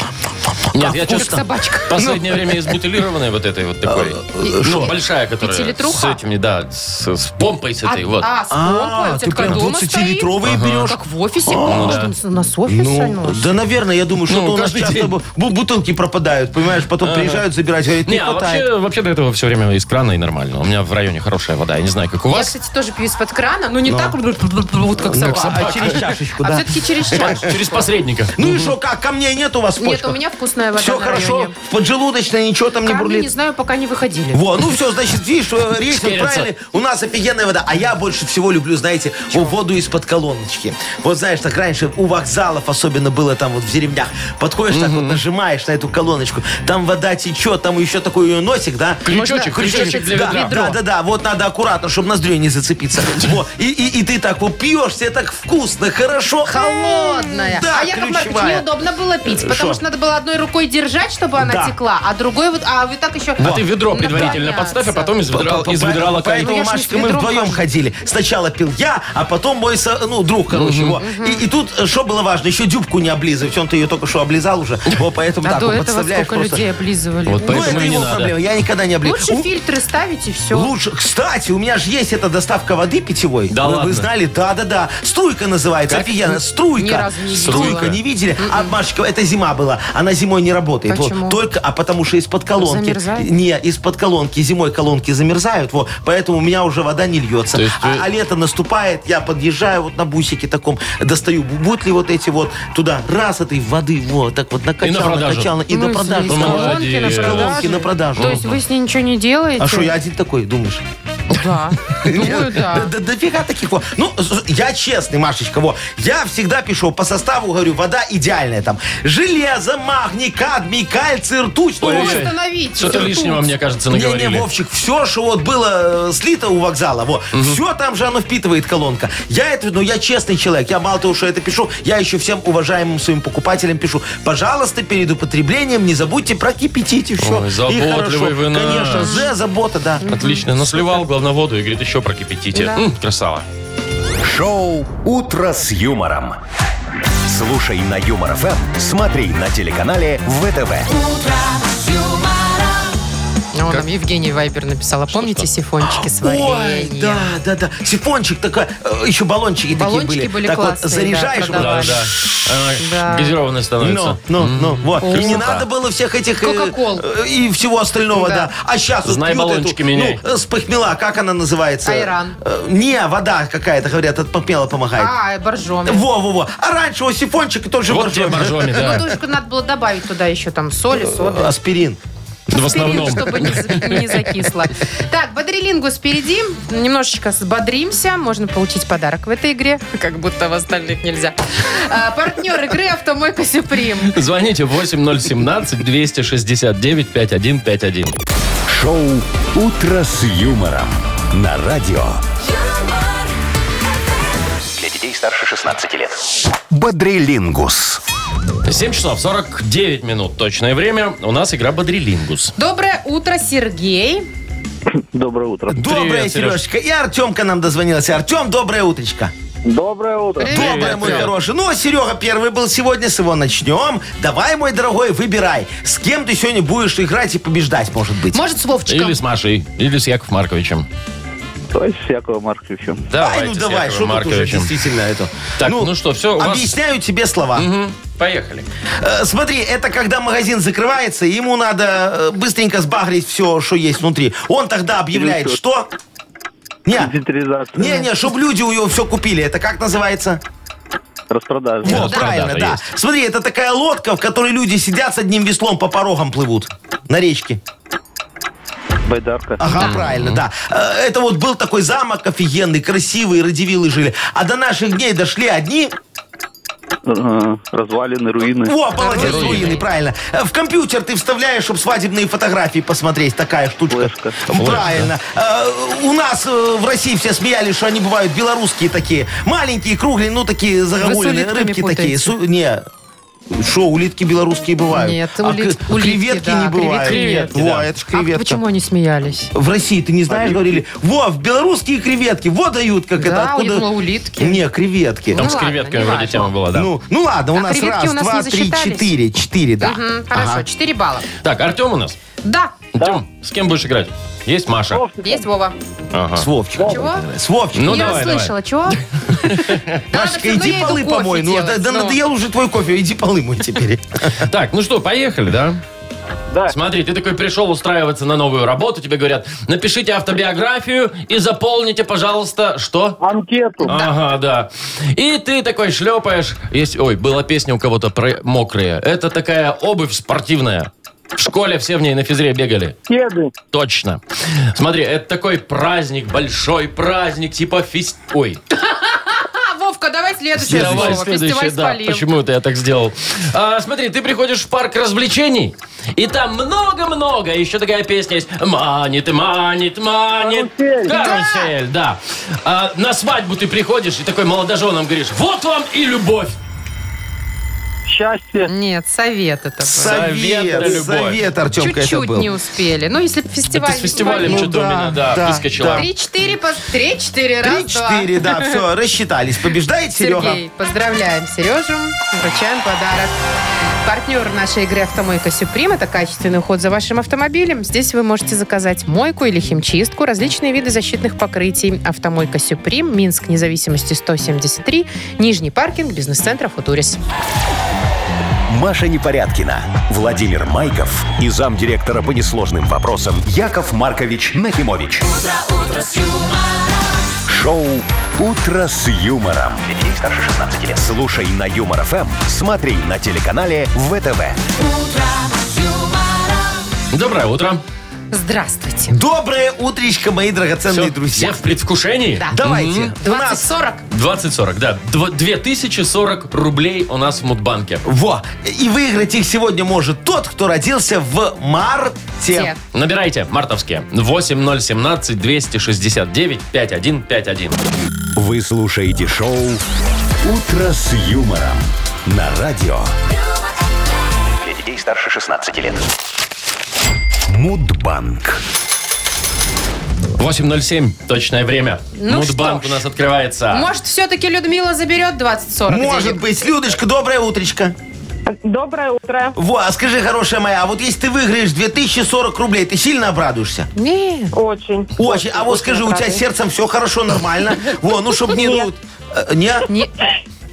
[SPEAKER 4] Нет, я
[SPEAKER 2] Как
[SPEAKER 4] честно...
[SPEAKER 2] собачка. Ну.
[SPEAKER 4] Последнее время из бутылированной вот этой вот такой.
[SPEAKER 3] А,
[SPEAKER 4] Ну, большая, которая с
[SPEAKER 2] Пятилитруха?
[SPEAKER 4] этими, да, с, с помпой с этой,
[SPEAKER 2] а,
[SPEAKER 4] вот.
[SPEAKER 2] а, с
[SPEAKER 3] А,
[SPEAKER 2] помпой? У тебя
[SPEAKER 3] ты
[SPEAKER 2] такая
[SPEAKER 3] прям
[SPEAKER 2] дома стоит?
[SPEAKER 3] 20-литровые берешь.
[SPEAKER 2] Как в офисе? Можно у нас офис
[SPEAKER 3] Ну,
[SPEAKER 2] заносит.
[SPEAKER 3] да, наверное, я думаю, что
[SPEAKER 4] Ну,
[SPEAKER 3] у нас
[SPEAKER 4] каждый
[SPEAKER 3] часто
[SPEAKER 4] день.
[SPEAKER 3] бу- бу- бутылки пропадают, понимаешь, потом приезжают забирать, говорят, не
[SPEAKER 4] Не, а
[SPEAKER 3] хватает.
[SPEAKER 4] вообще, вообще до этого все время из крана и нормально. У меня в районе хорошая вода. Я не знаю, как у
[SPEAKER 2] Я,
[SPEAKER 4] вас.
[SPEAKER 2] кстати, тоже пью из-под крана,
[SPEAKER 3] Ну.
[SPEAKER 2] но не так вот, как собака.
[SPEAKER 3] А через чашечку,
[SPEAKER 2] А
[SPEAKER 3] да.
[SPEAKER 2] все-таки через чаш.
[SPEAKER 4] Через посредника.
[SPEAKER 3] Ну и что, как, камней нет у вас в
[SPEAKER 2] Нет,
[SPEAKER 3] почках?
[SPEAKER 2] у меня вкусная вода
[SPEAKER 3] Все
[SPEAKER 2] на
[SPEAKER 3] хорошо,
[SPEAKER 2] районе.
[SPEAKER 3] в поджелудочной ничего там не
[SPEAKER 2] Камни не
[SPEAKER 3] бурлит.
[SPEAKER 2] знаю, пока не выходили.
[SPEAKER 3] Во, ну все, значит, видишь, э, рейтинг
[SPEAKER 4] Шкерятся.
[SPEAKER 3] правильный. У нас офигенная вода. А я больше всего люблю, знаете, во- воду из-под колоночки. Вот знаешь, так раньше у вокзалов особенно было там вот в деревнях. Подходишь так вот, нажимаешь на эту колоночку, там вода течет, там еще такой ее носик, да?
[SPEAKER 4] Крючочек, крючочек для
[SPEAKER 3] да,
[SPEAKER 4] ведра.
[SPEAKER 3] да, да, да, вот надо аккуратно, чтобы ноздрю не зацепиться. Во, и, и, и ты так вот пьешь, тебе так вкусно, хорошо.
[SPEAKER 2] Холодная.
[SPEAKER 3] М, Да,
[SPEAKER 2] а Яков Маркович,
[SPEAKER 3] ключевая. Э,
[SPEAKER 2] неудобно было пить, потому
[SPEAKER 3] Шо?
[SPEAKER 2] что надо было одной рукой держать, чтобы она
[SPEAKER 3] Да.
[SPEAKER 2] текла, а другой вот, а вы так еще...
[SPEAKER 4] А ты ведро предварительно подставь, а потом из ведра, из ведра лакай.
[SPEAKER 3] Поэтому,
[SPEAKER 2] Ну, я ж не с
[SPEAKER 3] Машечка, мы
[SPEAKER 2] ведром
[SPEAKER 3] вдвоем
[SPEAKER 2] хожу.
[SPEAKER 3] ходили. Сначала пил я, а потом мой со- ну, друг, короче, его. И, и тут э, что было важно? Еще дюбку не облизывать. Он-то ее только что облизал уже. Во, поэтому
[SPEAKER 2] А
[SPEAKER 3] так,
[SPEAKER 2] до
[SPEAKER 3] вот
[SPEAKER 2] этого
[SPEAKER 3] подставляешь
[SPEAKER 2] сколько
[SPEAKER 3] просто.
[SPEAKER 2] людей облизывали.
[SPEAKER 4] Вот
[SPEAKER 2] Ну,
[SPEAKER 3] Ну,
[SPEAKER 4] Поэтому
[SPEAKER 3] это
[SPEAKER 4] и не
[SPEAKER 3] его
[SPEAKER 4] надо.
[SPEAKER 3] проблема. Я никогда не облизывал.
[SPEAKER 2] Лучше
[SPEAKER 3] У-
[SPEAKER 2] фильтры ставить и все.
[SPEAKER 3] Лучше. Кстати, у меня же есть эта доставка воды питьевой.
[SPEAKER 4] Да
[SPEAKER 3] вы, вы
[SPEAKER 4] ладно?
[SPEAKER 3] знали? Да, да, да. Струйка называется. Офигенно. Струйка.
[SPEAKER 2] Ни разу не видела. М-м.
[SPEAKER 3] Струйка, не видели? А Машечка, это зима была. Она зимой не работает. Вот.
[SPEAKER 2] Почему?
[SPEAKER 3] Только, а потому что из-под колонки.
[SPEAKER 2] Замерзает?
[SPEAKER 3] Не, из-под колонки. Зимой колонки замерзают. Вот. Поэтому у меня уже вода не льется.
[SPEAKER 4] То есть
[SPEAKER 3] а,
[SPEAKER 4] вы-
[SPEAKER 3] а лето наступает, я подъезжаю вот на бусике таком, достаю бутли вот эти вот туда. Раз этой воды вот так вот накачал,
[SPEAKER 4] продажу.
[SPEAKER 3] накачал. И
[SPEAKER 2] Ну, из-
[SPEAKER 3] на
[SPEAKER 2] из
[SPEAKER 3] продажу.
[SPEAKER 2] колонки на
[SPEAKER 4] Молодец.
[SPEAKER 3] Колонки
[SPEAKER 2] продажу.
[SPEAKER 3] на продажу.
[SPEAKER 2] То есть вы с ней ничего не делаете?
[SPEAKER 3] А что, я один такой, думаешь?
[SPEAKER 2] Да. Думаю,
[SPEAKER 3] Да,
[SPEAKER 2] да.
[SPEAKER 3] да, дофига таких вот. Ну, з- я честный, Машечка, во. Я всегда пишу по составу, говорю, вода идеальная там. Железо, магний, кадмий, кальций, ртуть. Ну,
[SPEAKER 4] Ой,
[SPEAKER 3] вот
[SPEAKER 4] ой.
[SPEAKER 2] Остановите.
[SPEAKER 4] Что-то лишнего, мне кажется,
[SPEAKER 3] не-не,
[SPEAKER 4] наговорили.
[SPEAKER 3] Вовчик, все, что вот было э, слито у вокзала, вот, все там же оно впитывает колонка. Я это, ну, я честный человек, я мало того, что это пишу, я еще всем уважаемым своим покупателям пишу, пожалуйста, перед употреблением не забудьте прокипятить и все.
[SPEAKER 4] Ой, заботливый вы наш.
[SPEAKER 3] Конечно, З, забота, да.
[SPEAKER 4] Отлично. Но сливал, главное, воду и говорит, еще прокипятите.
[SPEAKER 2] Да.
[SPEAKER 4] М, красава.
[SPEAKER 1] Шоу «Утро с юмором». Слушай на Юмор ФМ, смотри на телеканале ВТВ.
[SPEAKER 2] Ну, нам Евгений Вайбер написала. Помните сифончики с
[SPEAKER 3] Ой,
[SPEAKER 2] вареньем?
[SPEAKER 3] да, да, да. Сифончик такой, э, еще баллончики,
[SPEAKER 2] Баллончики
[SPEAKER 3] такие были.
[SPEAKER 2] были
[SPEAKER 3] так
[SPEAKER 2] классные,
[SPEAKER 3] вот заряжаешь,
[SPEAKER 2] да,
[SPEAKER 3] вот,
[SPEAKER 4] Да,
[SPEAKER 2] продавали.
[SPEAKER 4] да. Она
[SPEAKER 2] Да.
[SPEAKER 4] Газированная
[SPEAKER 3] Ну,
[SPEAKER 4] становится.
[SPEAKER 3] ну, ну, вот. И не
[SPEAKER 2] Красота.
[SPEAKER 3] надо было всех этих э,
[SPEAKER 2] Кока-кол.
[SPEAKER 3] э, и всего остального,
[SPEAKER 2] Да.
[SPEAKER 3] да. А сейчас вот
[SPEAKER 4] Знай
[SPEAKER 3] пьют
[SPEAKER 4] баллончики
[SPEAKER 3] эту,
[SPEAKER 4] меняй.
[SPEAKER 3] ну, э, с похмела, как она называется?
[SPEAKER 2] Айран.
[SPEAKER 3] Э, Не, вода какая-то, говорят, от похмела помогает.
[SPEAKER 2] А, боржоми.
[SPEAKER 3] Во-во-во. А раньше у сифончик и тот же
[SPEAKER 4] Вот тебе
[SPEAKER 3] боржоми.
[SPEAKER 4] боржоми,
[SPEAKER 2] Ну,
[SPEAKER 4] да.
[SPEAKER 2] только надо было добавить туда еще там
[SPEAKER 3] Э,
[SPEAKER 2] соли, соды.
[SPEAKER 3] Аспирин.
[SPEAKER 4] В
[SPEAKER 2] Аспирин,
[SPEAKER 4] основном.
[SPEAKER 2] чтобы не, за- не закисло. Так, бодрилингус впереди. Немножечко сбодримся. Можно получить подарок в этой игре. Как будто в остальных нельзя. А, партнер игры «Автомойка Сюприм».
[SPEAKER 4] Звоните 8017-269-5151.
[SPEAKER 1] Шоу «Утро с юмором» на радио
[SPEAKER 7] юмор,
[SPEAKER 5] Для детей старше 16 лет.
[SPEAKER 1] «Бодрилингус».
[SPEAKER 4] 7 часов 49 минут точное время. У нас игра «Бодрилингус».
[SPEAKER 2] Доброе утро, Сергей.
[SPEAKER 8] Доброе утро.
[SPEAKER 3] Доброе,
[SPEAKER 4] Привет, Сереж.
[SPEAKER 3] Сережечка. И Артемка нам дозвонилась. Артем, доброе утречко.
[SPEAKER 8] Доброе утро.
[SPEAKER 2] Привет.
[SPEAKER 3] Доброе, мой
[SPEAKER 4] Привет.
[SPEAKER 3] хороший. Ну, а Серега первый был сегодня, с его начнем. Давай, мой дорогой, выбирай, с кем ты сегодня будешь играть и побеждать, может быть.
[SPEAKER 2] Может, с Вовчиком?
[SPEAKER 4] Или с Машей, или с Яков Марковичем.
[SPEAKER 8] То есть всякого
[SPEAKER 3] Ай,
[SPEAKER 8] Марковича.
[SPEAKER 3] ну
[SPEAKER 4] Давайте с
[SPEAKER 3] давай,
[SPEAKER 4] Яковом
[SPEAKER 3] что тут уже
[SPEAKER 4] Марковичем.
[SPEAKER 3] действительно это.
[SPEAKER 4] Так, ну что, всё, у вас-
[SPEAKER 3] Объясняю тебе слова.
[SPEAKER 4] Мгм, Поехали.
[SPEAKER 3] Э, смотри, это когда магазин закрывается, и ему надо э, быстренько сбагрить все, что есть внутри. Он тогда объявляет,
[SPEAKER 8] Ничего.
[SPEAKER 3] что... Не,
[SPEAKER 8] Инвентаризация.
[SPEAKER 3] не, не, чтобы люди у него все купили. Это как называется?
[SPEAKER 8] Распродажа.
[SPEAKER 3] Вот,
[SPEAKER 4] Да,
[SPEAKER 3] правильно,
[SPEAKER 4] продажа
[SPEAKER 3] да.
[SPEAKER 4] есть.
[SPEAKER 3] Смотри, это такая лодка, в которой люди сидят с одним веслом по порогам плывут на речке.
[SPEAKER 8] Байдарка.
[SPEAKER 3] Ага, правильно, да. Э, Это вот был такой замок офигенный, красивый, радивилы жили. А до наших дней дошли одни...
[SPEAKER 8] э, развалины, руины.
[SPEAKER 3] О, молодец,
[SPEAKER 4] Руины.
[SPEAKER 3] руины. правильно. Э, В компьютер ты вставляешь, чтобы свадебные фотографии посмотреть. Такая штучка.
[SPEAKER 8] Флешка.
[SPEAKER 3] М, Правильно. Э, У нас э, в России все смеялись, что они бывают белорусские такие. Маленькие, кругленькие, ну такие загогулины,
[SPEAKER 2] улитками
[SPEAKER 3] рыбки такие.
[SPEAKER 2] путаете.
[SPEAKER 3] Су- Не, что, улитки белорусские бывают?
[SPEAKER 2] Нет,
[SPEAKER 3] А
[SPEAKER 2] улит-
[SPEAKER 3] к-
[SPEAKER 2] улитки,
[SPEAKER 3] креветки
[SPEAKER 2] да,
[SPEAKER 3] не бывают.
[SPEAKER 2] креветки,
[SPEAKER 3] Во,
[SPEAKER 4] да.
[SPEAKER 3] это ж
[SPEAKER 2] А
[SPEAKER 3] креветка.
[SPEAKER 2] почему они смеялись?
[SPEAKER 3] В России, ты не знаешь, говорили, во, в белорусские креветки, во дают, как
[SPEAKER 2] Да,
[SPEAKER 3] это,
[SPEAKER 2] я
[SPEAKER 3] откуда...
[SPEAKER 2] думала, улитки.
[SPEAKER 3] Не, креветки.
[SPEAKER 4] Там
[SPEAKER 2] Ну
[SPEAKER 4] с
[SPEAKER 2] ладно,
[SPEAKER 4] креветками
[SPEAKER 2] не
[SPEAKER 4] вроде
[SPEAKER 2] важно.
[SPEAKER 4] тема была, да.
[SPEAKER 3] Ну, ну ладно, у
[SPEAKER 2] А
[SPEAKER 3] нас
[SPEAKER 2] креветки
[SPEAKER 3] раз,
[SPEAKER 2] у нас
[SPEAKER 3] два,
[SPEAKER 2] не
[SPEAKER 3] три,
[SPEAKER 2] засчитались?
[SPEAKER 3] четыре, четыре, да.
[SPEAKER 2] Мгм, хорошо,
[SPEAKER 3] Ага.
[SPEAKER 2] 4 балла.
[SPEAKER 4] Так, Артем у нас.
[SPEAKER 2] Да,
[SPEAKER 4] Артем, с кем будешь играть? Есть Маша.
[SPEAKER 2] есть Вова.
[SPEAKER 4] Ага.
[SPEAKER 3] С Вовчиком.
[SPEAKER 2] Чего?
[SPEAKER 3] С Вовчиком.
[SPEAKER 4] Ну,
[SPEAKER 2] я
[SPEAKER 4] давай,
[SPEAKER 2] слышала, чего? Да, надо
[SPEAKER 3] Машечка,
[SPEAKER 2] всё равно
[SPEAKER 3] иди
[SPEAKER 2] я иду
[SPEAKER 3] полы
[SPEAKER 2] кофе
[SPEAKER 3] помой. Ну,
[SPEAKER 2] делать,
[SPEAKER 3] да, да
[SPEAKER 2] ну.
[SPEAKER 3] надоел уже твой кофе, иди полы мой теперь.
[SPEAKER 4] Так, ну что, поехали, да?
[SPEAKER 8] Да.
[SPEAKER 4] Смотри, ты такой пришел устраиваться на новую работу, тебе говорят, напишите автобиографию и заполните, пожалуйста, что?
[SPEAKER 8] Анкету.
[SPEAKER 4] Ага, да. И ты такой шлепаешь. Есть, ой, была песня у кого-то про мокрые. Это такая обувь спортивная. В школе все в ней на физре бегали.
[SPEAKER 8] Кеды.
[SPEAKER 4] Точно. Смотри, это такой праздник, большой праздник, типа фест... Ой,
[SPEAKER 2] А, Вовка, давай следующее
[SPEAKER 4] Давай,
[SPEAKER 2] слово. Фестиваль
[SPEAKER 4] следующее, да.
[SPEAKER 2] спалил.
[SPEAKER 4] Почему это я так сделал? А, смотри, ты приходишь в парк развлечений, и там много-много. Еще такая песня есть. Манит, манит, манит.
[SPEAKER 8] Карусель.
[SPEAKER 4] Карусель, да. А, на свадьбу ты приходишь и такой молодоженам говоришь, вот вам и любовь.
[SPEAKER 8] Счастье.
[SPEAKER 2] Нет, совет это был.
[SPEAKER 4] Совет на
[SPEAKER 3] Совет,
[SPEAKER 4] любовь.
[SPEAKER 3] совет, Артемка, это
[SPEAKER 2] Чуть-чуть
[SPEAKER 3] был.
[SPEAKER 2] не успели. Ну, если б фестиваль...
[SPEAKER 4] Это с фестивалем
[SPEAKER 3] Ну
[SPEAKER 4] что-то у
[SPEAKER 3] да,
[SPEAKER 4] меня, да,
[SPEAKER 3] да,
[SPEAKER 4] выскочила.
[SPEAKER 3] да.
[SPEAKER 2] Три-четыре, по... три-четыре, раз, два.
[SPEAKER 3] Три-четыре, да, все, рассчитались. Побеждает Серега.
[SPEAKER 2] Сергей, поздравляем Сережу, вручаем подарок. Партнер нашей игры «Автомойка Сюприм» — это качественный уход за вашим автомобилем. Здесь вы можете заказать мойку или химчистку, различные виды защитных покрытий. «Автомойка Сюприм», Минск, независимости 173, Нижний паркинг, бизнес-центр «Футурис».
[SPEAKER 1] Маша Непорядкина, Владимир Майков и замдиректора по несложным вопросам Яков Маркович Нахимович. Шоу Утро с юмором. Детей старше 16 лет. Слушай на юмор ФМ, смотри на телеканале ВТВ.
[SPEAKER 4] Доброе утро.
[SPEAKER 2] Здравствуйте.
[SPEAKER 3] Доброе утречко, мои драгоценные
[SPEAKER 4] Все,
[SPEAKER 3] друзья.
[SPEAKER 4] все в предвкушении?
[SPEAKER 2] Да.
[SPEAKER 3] Давайте. У нас
[SPEAKER 2] 2040.
[SPEAKER 4] 2040, да. Дв- 2040 рублей у нас в Мудбанке.
[SPEAKER 3] во. И выиграть их сегодня может тот, кто родился в марте.
[SPEAKER 2] Те.
[SPEAKER 4] Набирайте, мартовские. 8017-269-5151.
[SPEAKER 1] Вы слушаете шоу Утро с юмором на радио
[SPEAKER 5] Для детей старше 16 лет.
[SPEAKER 1] Мудбанк.
[SPEAKER 4] 8.07, точное время.
[SPEAKER 2] Ну
[SPEAKER 4] Мудбанк
[SPEAKER 2] что
[SPEAKER 4] у
[SPEAKER 2] ж.
[SPEAKER 4] нас открывается.
[SPEAKER 2] Может, все-таки Людмила заберет 2040
[SPEAKER 3] Может
[SPEAKER 2] денег?
[SPEAKER 3] быть, Людочка, доброе утречко.
[SPEAKER 6] Доброе утро.
[SPEAKER 3] Во, а скажи, хорошая моя, а вот если ты выиграешь 2040 рублей, ты сильно обрадуешься?
[SPEAKER 2] Нет.
[SPEAKER 6] Очень.
[SPEAKER 3] Очень. А вот скажи, у тебя
[SPEAKER 6] рады.
[SPEAKER 3] сердцем все хорошо, нормально? Во, ну, чтобы не... ну, э, Не?
[SPEAKER 2] Не-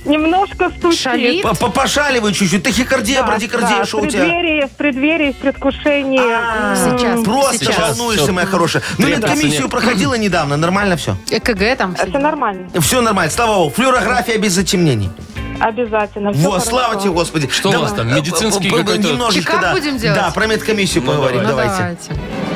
[SPEAKER 6] Немножко стучит.
[SPEAKER 2] Шалит?
[SPEAKER 3] По- по- Пошаливай чуть-чуть. Тахикардия,
[SPEAKER 6] Да,
[SPEAKER 3] брадикардия,
[SPEAKER 6] да,
[SPEAKER 3] что
[SPEAKER 6] в
[SPEAKER 3] у тебя? А.
[SPEAKER 6] преддверии, в преддверии, в предвкушении. М,
[SPEAKER 2] Сейчас.
[SPEAKER 3] Просто
[SPEAKER 2] сейчас.
[SPEAKER 3] волнуешься,
[SPEAKER 4] всё.
[SPEAKER 3] моя хорошая. Ну,
[SPEAKER 4] Трепаться
[SPEAKER 3] медкомиссию
[SPEAKER 4] нет.
[SPEAKER 3] проходила недавно, нормально все?
[SPEAKER 2] ЭКГ Э, там.
[SPEAKER 6] Все нормально.
[SPEAKER 3] Все нормально, слава богу. Флюорография без затемнений.
[SPEAKER 6] Обязательно. всё
[SPEAKER 3] Во,
[SPEAKER 6] хорошо.
[SPEAKER 3] слава тебе, Господи.
[SPEAKER 4] Что у вас там,
[SPEAKER 3] э,
[SPEAKER 4] медицинский
[SPEAKER 3] э, э,
[SPEAKER 4] какой-то-
[SPEAKER 3] Немножечко,
[SPEAKER 2] Чекап
[SPEAKER 3] да.
[SPEAKER 2] будем делать?
[SPEAKER 3] Да, про медкомиссию
[SPEAKER 4] Ну,
[SPEAKER 3] поговорим,
[SPEAKER 4] давай.
[SPEAKER 2] Ну,
[SPEAKER 3] давайте.
[SPEAKER 2] давайте.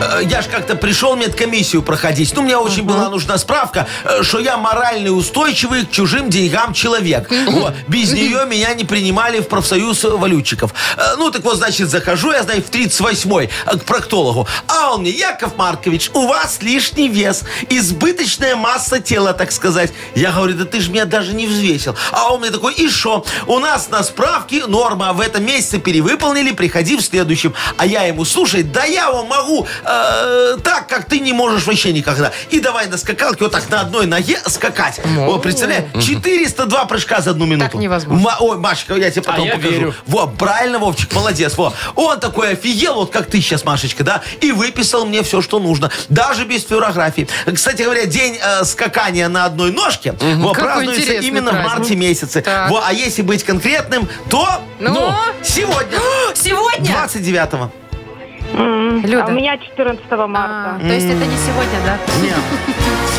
[SPEAKER 3] Э, Я ж как-то пришел медкомиссию проходить. Ну, мне очень была нужна справка, э, что я морально устойчивый к чужим деньгам человек. Во, Без нее меня не принимали в профсоюз э, валютчиков. Э, Ну, так вот, значит, захожу я, знаете, в 38-й э, к проктологу. А он мне, Яков Маркович, у вас лишний вес, избыточная масса тела, так сказать. Я говорю, да ты же меня даже не взвесил. А он мне такой, и что? У нас на справке норма, а в этом месяце перевыполнили, приходи в следующем. А я ему, слушай, да я его могу э, так, как ты не можешь вообще никогда. И давай на скакалке вот так на одной ноге скакать. О, представляешь, 402 прыжка за одну минуту.
[SPEAKER 2] невозможно.
[SPEAKER 3] Ма- ой, Машечка, я
[SPEAKER 2] А
[SPEAKER 3] тебе потом
[SPEAKER 4] я
[SPEAKER 3] покажу.
[SPEAKER 4] верю.
[SPEAKER 3] Во, правильно, Вовчик, молодец. Во. Он такой офигел, вот как ты сейчас, Машечка, да, и выписал мне все, что нужно. Даже без флюорографии. Кстати говоря, день э, скакания на одной ножке во,
[SPEAKER 2] Какой
[SPEAKER 3] празднуется
[SPEAKER 2] интересный
[SPEAKER 3] именно
[SPEAKER 2] праздник.
[SPEAKER 3] в марте месяце.
[SPEAKER 2] Так.
[SPEAKER 3] Во, а если быть конкретным, то
[SPEAKER 2] Ну?
[SPEAKER 3] сегодня,
[SPEAKER 2] Сегодня?
[SPEAKER 3] 29-го.
[SPEAKER 6] М,
[SPEAKER 2] Люда.
[SPEAKER 6] А у меня 14
[SPEAKER 2] А,
[SPEAKER 6] марта. Ну
[SPEAKER 2] то есть это не сегодня, да?
[SPEAKER 3] Нет.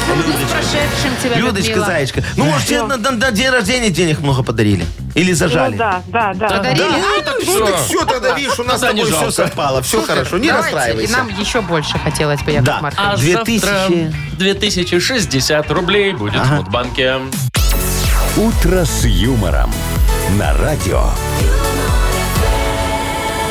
[SPEAKER 2] Ну, с прошедшим тебя,
[SPEAKER 3] Людочка,
[SPEAKER 2] Людмила.
[SPEAKER 3] Заечка. Ну, может, тебе на, на- на день рождения денег много подарили? Или
[SPEAKER 6] Ну
[SPEAKER 3] зажали?
[SPEAKER 6] да, да, да.
[SPEAKER 2] Подари-
[SPEAKER 3] Да,
[SPEAKER 2] Дарили?
[SPEAKER 3] ну, так все. все тогда, видишь, у нас с
[SPEAKER 4] Тогда не
[SPEAKER 3] тобой все
[SPEAKER 4] жалко.
[SPEAKER 3] совпало. Все хорошо, не
[SPEAKER 2] Давайте,
[SPEAKER 3] расстраивайся.
[SPEAKER 2] И нам еще больше хотелось бы, Яков
[SPEAKER 3] Да.
[SPEAKER 2] Маркович.
[SPEAKER 4] А
[SPEAKER 3] 2000.
[SPEAKER 4] завтра 2060 рублей будет в Мудбанке.
[SPEAKER 1] «Утро с юмором» на радио.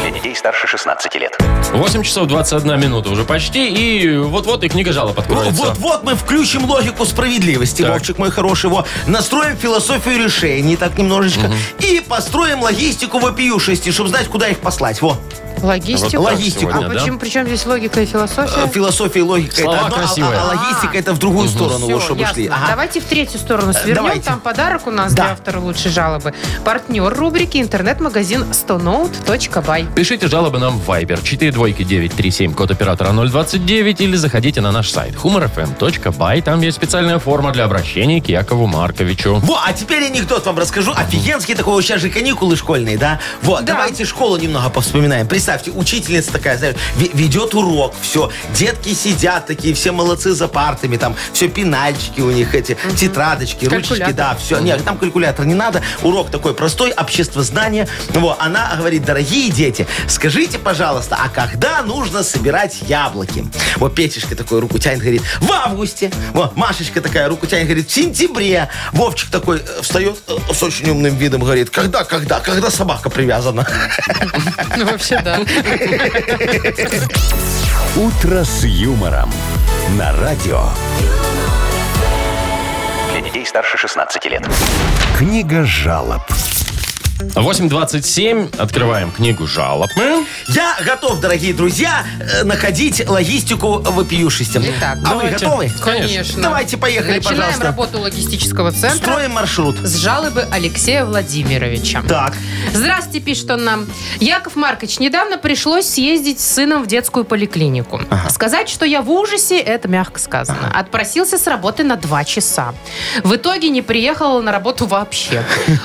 [SPEAKER 5] Для детей старше 16 лет.
[SPEAKER 4] 8 часов 21 минута уже почти. И вот-вот и книга жалоб
[SPEAKER 3] Ну,
[SPEAKER 4] откроется.
[SPEAKER 3] Вот-вот мы включим логику справедливости,
[SPEAKER 4] Так.
[SPEAKER 3] Вовчик мой хороший, его настроим философию решений так немножечко и построим логистику вопиюшести, чтобы знать, куда их послать. Во,
[SPEAKER 2] Логистику.
[SPEAKER 3] логистику.
[SPEAKER 2] А
[SPEAKER 4] А сегодня, да?
[SPEAKER 2] почему, при чем здесь логика и
[SPEAKER 3] Э,
[SPEAKER 2] философия?
[SPEAKER 3] философия и логика
[SPEAKER 4] Слова
[SPEAKER 3] это одно, а-
[SPEAKER 4] красивые.
[SPEAKER 3] а, а логистика это в другую сторону, вот,
[SPEAKER 2] Всё,
[SPEAKER 3] чтобы
[SPEAKER 2] ясно.
[SPEAKER 3] шли. Ага.
[SPEAKER 2] Давайте в третью сторону свернем.
[SPEAKER 3] давайте.
[SPEAKER 2] Там подарок у нас
[SPEAKER 3] Да.
[SPEAKER 2] для автора лучшей жалобы. Партнер рубрики интернет-магазин 100note.by.
[SPEAKER 4] Пишите жалобы нам в Viber 42937, код оператора 029, или заходите на наш сайт humorfm.by. Там есть специальная форма для обращения к Якову Марковичу.
[SPEAKER 3] Во, а теперь анекдот вам расскажу. Офигенский такой, вот сейчас же каникулы школьные, да? Вот, давайте школу немного повспоминаем. Представьте, учительница такая, знаешь, ве- ведет урок, все, детки сидят такие, все молодцы за партами, там, все пенальчики у них эти, тетрадочки, ручечки,
[SPEAKER 2] Калькулятор.
[SPEAKER 3] да, все. Нет, там калькулятор А, не надо, урок такой простой, общество знания. Вот, она говорит, дорогие дети, скажите, пожалуйста, а когда нужно собирать яблоки? Вот Петишка такой руку тянет, говорит, в августе. Вот, Машечка такая руку тянет, говорит, в сентябре. Вовчик такой э, встает э, с очень умным видом, говорит, когда, когда, когда собака привязана?
[SPEAKER 2] Ну, вообще, да.
[SPEAKER 1] «Утро с юмором» на радио.
[SPEAKER 5] Для детей старше 16 лет.
[SPEAKER 1] Книга жалоб.
[SPEAKER 4] 8.27, открываем книгу жалоб. Мы.
[SPEAKER 3] Я готов, дорогие друзья, э, находить логистику вопиюшистям.
[SPEAKER 2] Итак,
[SPEAKER 3] а вы
[SPEAKER 4] давайте.
[SPEAKER 3] готовы?
[SPEAKER 2] Конечно.
[SPEAKER 3] Давайте, поехали,
[SPEAKER 2] Начинаем
[SPEAKER 3] пожалуйста.
[SPEAKER 2] работу логистического центра
[SPEAKER 3] Строим маршрут.
[SPEAKER 2] с жалобы Алексея Владимировича.
[SPEAKER 3] Так.
[SPEAKER 2] Здравствуйте, пишет он нам. Яков Маркович, недавно пришлось съездить с сыном в детскую поликлинику. Сказать, что я в ужасе, это мягко сказано. Отпросился с работы на два часа. В итоге не приехал на работу вообще.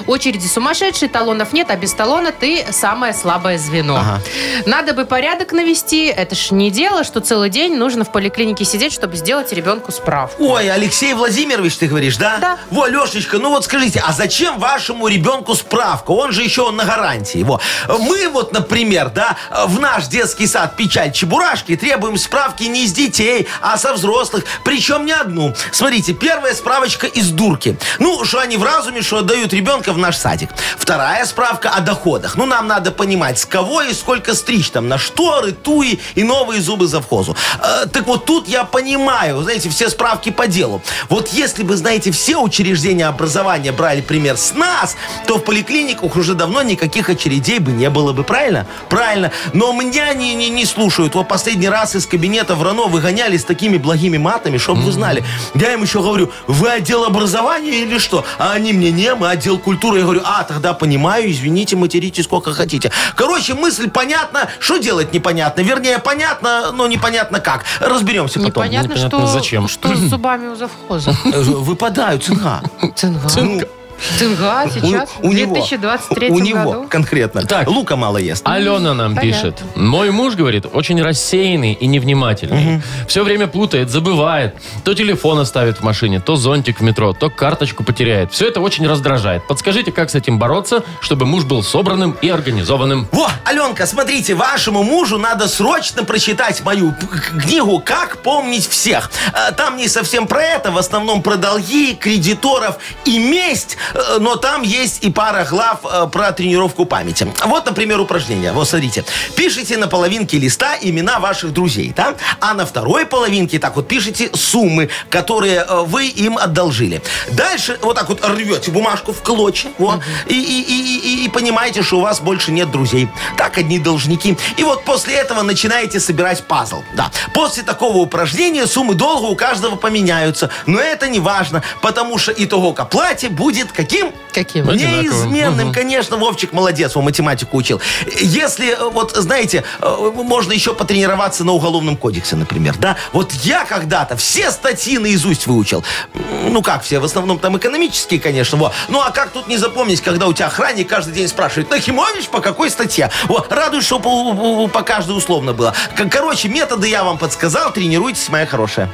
[SPEAKER 2] Очереди сумасшедшие, талонов нет, а без талона ты самое слабое звено. Надо бы порядок навести. Это ж не дело, что целый день нужно в поликлинике сидеть, чтобы сделать ребенку справку.
[SPEAKER 3] Ой, Алексей Владимирович, ты говоришь, да?
[SPEAKER 2] Да.
[SPEAKER 3] Во, Лешечка, ну вот скажите, а зачем вашему ребенку справка? Он же еще на гарантии. Во. Мы вот, например, да, в наш детский сад «Печаль Чебурашки» требуем справки не из детей, а со взрослых. Причем не одну. Смотрите, первая справочка из дурки. Ну, что они в разуме, что отдают ребенка в наш садик. Вторая справка о доходах. Ну, нам надо понимать, с кого и сколько стричь там, на шторы, туи и новые зубы завхозу. Э, так вот тут я понимаю, знаете, все справки по делу. Вот если бы, знаете, все учреждения образования брали пример с нас, то в поликлиниках уже давно никаких очередей бы не было бы, правильно? Правильно. Но меня не, не, не слушают. Вот последний раз из кабинета в РАНО выгоняли с такими благими матами, чтобы вы знали. Я им еще говорю, вы отдел образования или что? А они мне, не, мы отдел культуры. Я говорю, а, тогда понимаю, извините, материте сколько хотите. Короче, мысль понятна, что делать непонятно. Вернее, понятно, но непонятно как. Разберемся потом.
[SPEAKER 2] Непонятно,
[SPEAKER 4] непонятно,
[SPEAKER 2] что,
[SPEAKER 4] зачем.
[SPEAKER 2] что с зубами у завхоза.
[SPEAKER 3] Э, Выпадают, цинга.
[SPEAKER 2] Цинга.
[SPEAKER 3] Ну,
[SPEAKER 2] Цинга сейчас,
[SPEAKER 3] у- у
[SPEAKER 2] в
[SPEAKER 3] него.
[SPEAKER 2] 2023
[SPEAKER 3] У
[SPEAKER 2] году.
[SPEAKER 3] него конкретно.
[SPEAKER 4] Так.
[SPEAKER 3] Лука мало ест.
[SPEAKER 4] Алена нам
[SPEAKER 2] Понятно.
[SPEAKER 4] пишет. Мой муж, говорит, очень рассеянный и невнимательный. Все время путает, забывает. То телефон оставит в машине, то зонтик в метро, то карточку потеряет. Все это очень раздражает. Подскажите, как с этим бороться, чтобы муж был собранным и организованным.
[SPEAKER 3] Во, Аленка, смотрите, вашему мужу надо срочно прочитать мою п- к- книгу «Как помнить всех». Э, Там не совсем про это, в основном про долги, кредиторов и месть, э, но там есть и пара глав э, про тренировку памяти. Вот, например, упражнение. Вот, смотрите. Пишите на половинке листа имена ваших друзей, да? А на второй половинке так вот пишите суммы, которые э, вы им одолжили. Дальше вот так вот рвете бумажку в клочья, вот, и, и- и- и- и понимаете, что у вас больше нет друзей. Так одни должники. И вот после этого начинаете собирать пазл. Да. После такого упражнения суммы долга у каждого поменяются. Но это не важно, потому что итог оплате будет каким?
[SPEAKER 2] Каким?
[SPEAKER 4] Ну, одинаковым.
[SPEAKER 3] Неизменным, конечно, Вовчик молодец, он математику учил. Если, э, вот, знаете, э, можно еще потренироваться на уголовном кодексе, например, да? Вот я когда-то все статьи наизусть выучил. М, Ну как все, в основном там экономические, конечно, во. Ну а как тут не запомнить, когда у тебя охранник каждый день спрашивает, Нахимович, по какой статье? Во, радуюсь, что по, по- по каждой условно было. К- Короче, методы я вам подсказал, тренируйтесь, моя хорошая.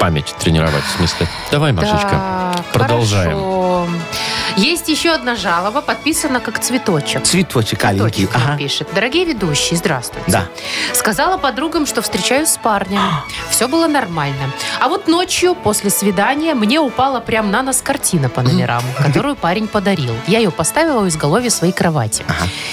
[SPEAKER 4] Память тренировать, в смысле. Давай, Машечка,
[SPEAKER 2] Так,
[SPEAKER 4] продолжаем.
[SPEAKER 2] хорошо. Есть еще одна жалоба, подписана как цветочек.
[SPEAKER 3] Цветочек аленький.
[SPEAKER 2] Цветочек нам
[SPEAKER 3] Ага.
[SPEAKER 2] пишет. Дорогие ведущие, здравствуйте.
[SPEAKER 3] Да.
[SPEAKER 2] Сказала подругам, что встречаюсь с парнем. Все было нормально. А вот ночью, после свидания, мне упала прям на нас картина по номерам, которую парень подарил. Я ее поставила у изголовья своей кровати.